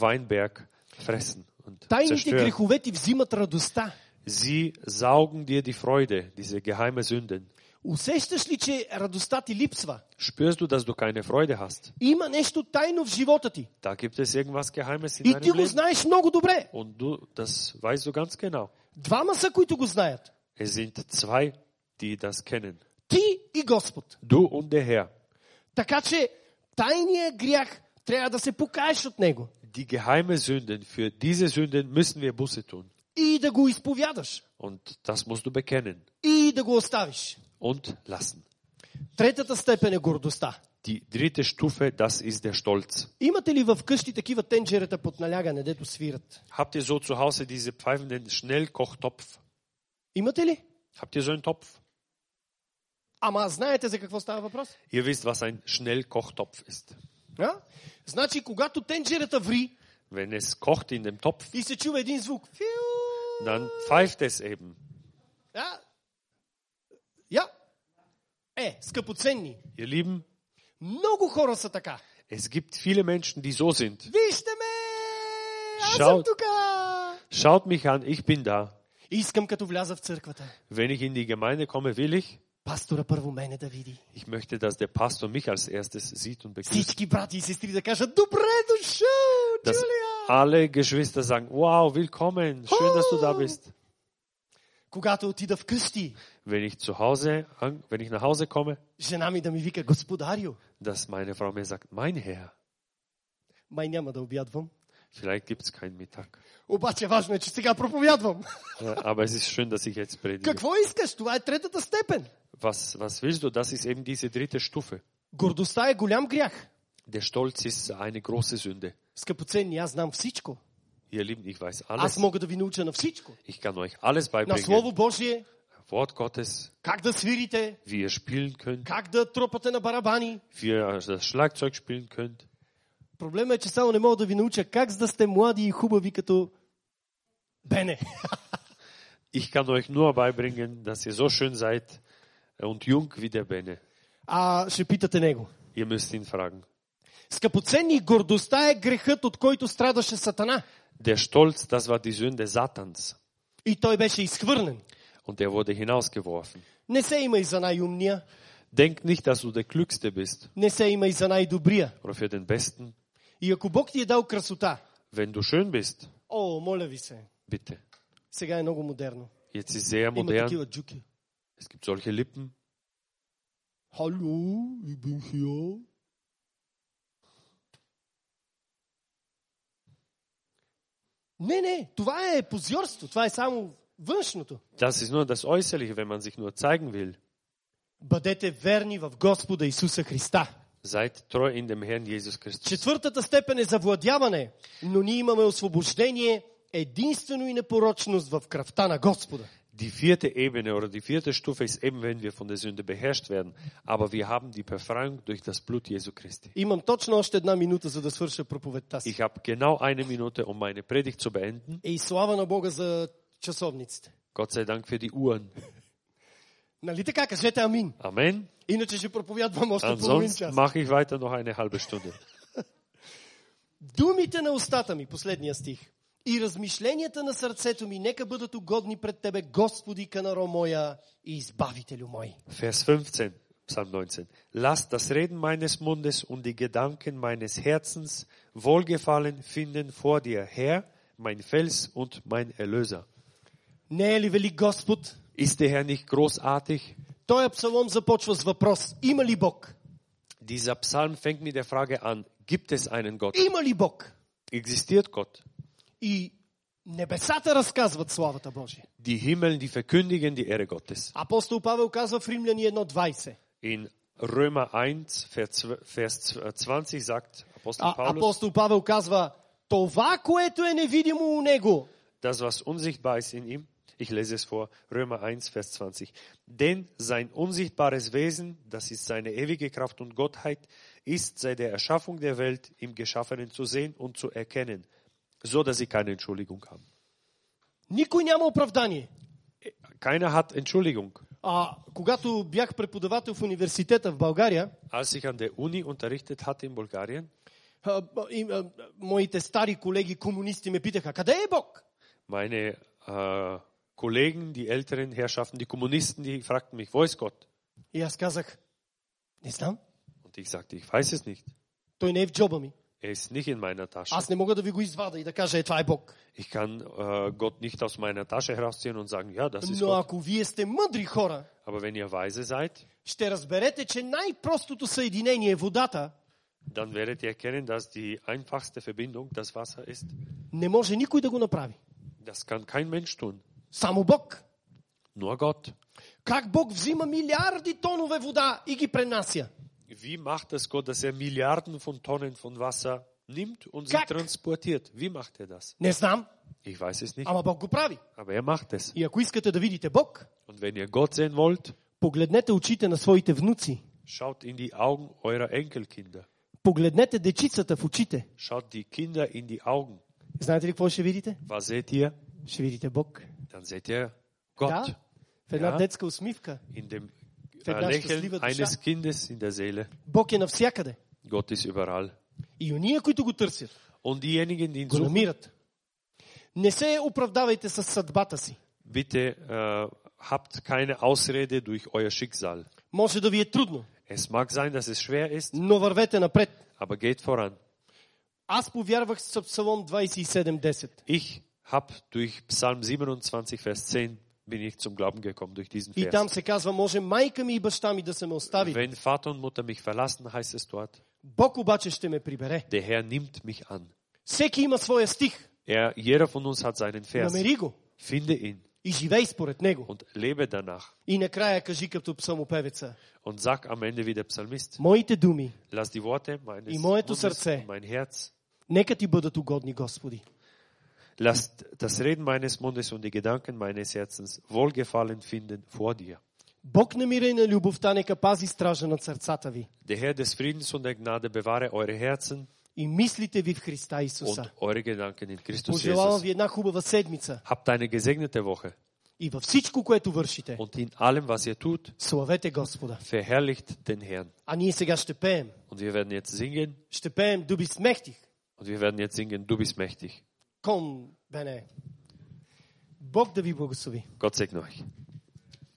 B: Weinberg fressen und
A: Тайните
B: zerstören.
A: грехове ти взимат радостта.
B: Sie saugen dir die Freude, diese geheime Sünden.
A: Усещаш ли, че радостта ти липсва?
B: Spürst du, dass du keine Freude hast?
A: Има нещо тайно в живота ти.
B: Da gibt es irgendwas Geheimes in
A: И ти
B: deinem
A: го
B: Leben.
A: знаеш много добре.
B: Und du, das weißt du ganz genau.
A: Двама са, които го знаят.
B: Es sind zwei, die das kennen.
A: Ти и Господ.
B: Du und der Herr.
A: Така че тайния грях трябва да се покаеш от него
B: Die geheime Sünden, für diese Sünden müssen wir Buße tun.
A: и да го изповядаш
B: Und das musst du bekennen
A: и да го оставиш.
B: und lassen.
A: Третата степен е гордостта.
B: Die dritte Stufe, das ist der Stolz.
A: Имате ли в къщи такива тенджерета под налягане, дето свират?
B: Habt ihr so zu Hause diese pfeifenden Schnellkochtopf?
A: Имате ли?
B: Habt ihr so einen Topf?
A: Ама знаете за какво става въпрос?
B: Ihr wisst, was ein Schnellkochtopf ist.
A: А? Значи, когато тенджерата ври
B: Wenn es kocht in dem Topf,
A: и се чува един звук, фиу,
B: dann pfeift es eben.
A: а? Я? Е, скъпоценни,
B: Ihr Lieben,
A: много хора са така.
B: es gibt viele Menschen, die so sind.
A: Вижте ме! Аз
B: Шаут.
A: съм тука!
B: Schaut mich an, ich bin da.
A: Искам като вляза в църквата,
B: Wenn ich in die Gemeinde komme, will ich.
A: пастора първо мене да види.
B: Ich möchte, dass der Pastor mich als erstes sieht und begrüßt.
A: Всички брати и сестри да кажат, добре дошъл,
B: Dass
A: Джулия!
B: alle Geschwister sagen, wow, willkommen, schön, dass du da bist.
A: Когато отида вкъщи,
B: Wenn ich zu Hause, an- wenn ich nach Hause komme,
A: жена ми да ми вика, господарю,
B: dass meine Frau mir sagt, mein Herr,
A: май няма да обядвам.
B: vielleicht gibt's keinen Mittag.
A: Обаче важно е, че сега проповядвам.
B: Ja, Aber es ist schön, dass ich jetzt predige.
A: Какво искаш? Това е третата степен.
B: Was, was willst du? Das ist eben diese dritte Stufe.
A: Гордостта е голям грях.
B: Der Stolz ist eine große Sünde.
A: Скъпоценни, аз знам всичко.
B: Ihr Lieben, ich weiß
A: Аз
B: alles.
A: мога да ви науча на всичко.
B: Ich kann euch alles
A: На
B: beibringen.
A: Слово Божие,
B: Wort Gottes,
A: как да свирите,
B: wie ihr spielen könnt,
A: как да тропате на барабани.
B: wie ihr das Schlagzeug spielen könnt.
A: Проблема е, че само не мога да ви науча как да сте млади и хубави като Бене.
B: Ich kann euch nur beibringen, dass ihr so schön seid und jung wie der Bene.
A: А ще питате него.
B: Ihr müsst ihn fragen.
A: Скъпоценни, гордостта е грехът, от който страдаше Сатана.
B: Der Stolz, das war die Sünde Satans.
A: И той беше изхвърлен.
B: Und der wurde hinausgeworfen.
A: Не се има и за най-умния,
B: Denk nicht, dass du der Klügste bist
A: не се има и за най-добрия.
B: oder für den Besten.
A: И ако Бог ти е дал красота,
B: Wenn du schön bist,
A: о, моля ви се,
B: bitte.
A: сега е много модерно.
B: Jetzt ist sehr
A: Има
B: modern.
A: такива джуки.
B: Es gibt solche Lippen.
A: Hallo, ich bin hier. Не, не, това е позорство, това е само външното.
B: Das ist nur das Äußerliche, wenn man sich nur zeigen will.
A: Бъдете верни в Господа Исуса Христа.
B: Seid treu in dem Herrn Jesus Christus.
A: Четвъртата степен е завладяване, но ние имаме освобождение единствено и непорочност в кръвта на Господа.
B: Die vierte Ebene oder die vierte Stufe ist eben, wenn wir von der Sünde beherrscht werden. Aber wir haben die Befreiung durch das Blut Jesu Christi.
A: Имам точно още една минута, за да свърша проповедта си.
B: Ich habe genau eine Minute, um meine Predigt zu beenden.
A: Ей, слава на Бога за часовниците.
B: Gott sei Dank für die Uhren.
A: Нали така? Кажете амин.
B: Amen.
A: Иначе ще проповядвам още половин
B: Ansonsten
A: час.
B: mache ich weiter noch eine halbe Stunde.
A: Думите на устата ми, последния стих, и размишленията на сърцето ми, нека бъдат угодни пред Тебе, Господи, канаро моя и избавителю мой.
B: Vers 15, Psalm 19. Lasst das Reden meines Mundes und die Gedanken meines Herzens Wohlgefallen finden vor dir, Herr, mein Fels und mein Erlöser.
A: Не е ли велик Господ?
B: Ist der Herr nicht großartig?
A: Той псалом започва с въпрос. Има ли Бог?
B: Dieser Psalm fängt mit der Frage an, gibt es einen Gott?
A: Има ли Бог?
B: Existiert Gott?
A: И небесата разказват славата Божия.
B: Die Himmel, die verkündigen die Ehre Gottes.
A: Апостол Павел казва в Римляни 1.20.
B: In Römer 1, Vers zw- Vers 20 sagt Apostel
A: А,
B: Paulus,
A: апостол Павел казва, това, което е невидимо у него,
B: das, was unsichtbar ist in ihm. Ich lese es vor, Römer 1, Vers 20. Denn sein unsichtbares Wesen, das ist seine ewige Kraft und Gottheit, ist seit der Erschaffung der Welt im Geschaffenen zu sehen und zu erkennen, so dass sie keine Entschuldigung haben.
A: никой няма оправдание.
B: Keiner hat Entschuldigung.
A: А, когато бях преподавател в университета в България,
B: Als ich an der Uni unterrichtet hatte in Bulgarien,
A: а, б- им, а, моите стари колеги комунисти ме питаха, къде е Бог?
B: meine äh, Kollegen, die älteren Herrschaften, die Kommunisten, die fragten mich, wo ist Gott?
A: И аз казах, не знам,
B: Und ich sagte, ich weiß es nicht.
A: той не е в джоба ми.
B: Er ist nicht in meiner Tasche.
A: Аз не мога да ви го извада и да кажа, е това е Бог.
B: Ich kann äh, Gott nicht aus meiner Tasche herausziehen und sagen, ja, das ist
A: Но
B: Gott.
A: ако вие сте мъдри хора,
B: Aber wenn ihr weise seid,
A: ще разберете, че най-простото съединение е водата
B: dann werdet ihr erkennen, dass die einfachste Verbindung das Wasser ist.
A: не може никой да го направи.
B: Das kann kein Mensch tun,
A: Само Бог.
B: nur Gott.
A: Как Бог взима милиарди тонове вода и ги пренася?
B: Wie macht es Gott, dass er Milliarden von Tonnen von Wasser nimmt und sie
A: Kack.
B: transportiert? Wie macht er das?
A: Не знам,
B: Ich weiß es nicht,
A: ама Бог го прави.
B: aber er macht es.
A: И ако искате да видите Бог,
B: Und wenn ihr Gott sehen wollt,
A: погледнете очите на своите внуци.
B: schaut in die Augen eurer Enkelkinder.
A: Погледнете дечицата в очите.
B: Schaut die Kinder in die Augen.
A: Знаете ли какво ще видите?
B: Was seht ihr?
A: Ще видите Бог.
B: Dann seht ihr Gott.
A: Да, в една
B: Да.
A: детска усмивка.
B: in dem
A: Wenn
B: äh,
A: das das
B: Lächeln
A: liebe
B: eines
A: Duschan-
B: Kindes in der Seele.
A: Бог е навсякъде.
B: Gott ist überall.
A: И уния, които го търсят,
B: Und diejenigen, die ihn
A: го
B: suchen,
A: намират. Не се оправдавайте с съдбата си.
B: bitte äh, habt keine Ausrede durch euer Schicksal.
A: Може да ви е трудно,
B: Es mag sein, dass es schwer ist,
A: но вървете напред.
B: aber geht voran.
A: Аз повярвах с Псалом 27.10.
B: Ich habe durch Psalm 27, Vers 10 bin ich zum Glauben gekommen durch diesen
A: И там
B: Vers.
A: се казва, може майка ми и баща ми да са ме оставили.
B: Wenn Vater und Mutter mich verlassen, heißt es dort,
A: Бог обаче ще ме прибере.
B: der Herr nimmt mich an.
A: Всеки има своя стих.
B: Er, jeder von uns hat seinen Vers.
A: Намери го
B: Finde ihn
A: и живей според него.
B: und lebe danach.
A: И накрая кажи като псалмопевеца.
B: Und sag am Ende wie der Psalmist,
A: Моите думи,
B: Lass die Worte meines
A: I moje to
B: Mundes
A: srdce.
B: und mein Herz.
A: нека ти бъдат угодни, Господи.
B: Lass das Reden meines Mundes und die Gedanken meines Herzens Wohlgefallen finden vor dir.
A: Бог на мира и на любовта нека пази стража над сърцата ви
B: Der Herr des Friedens und der Gnade bewahre eure Herzen
A: и мислите ви в Христа Исуса.
B: und eure Gedanken in Christus
A: Пожелавам
B: Jesus.
A: ви една хубава седмица
B: Habt eine gesegnete Woche
A: и във всичко, което вършите,
B: und in allem, was ihr tut,
A: славете Господа.
B: verherrlicht den Herrn.
A: А ние сега ще пеем.
B: Und wir werden jetzt singen
A: Ще пеем Дуби смехтих.
B: und wir werden jetzt singen, du bist mächtig.
A: Кон, бене. Бог да ви благослови.
B: Gott segne euch.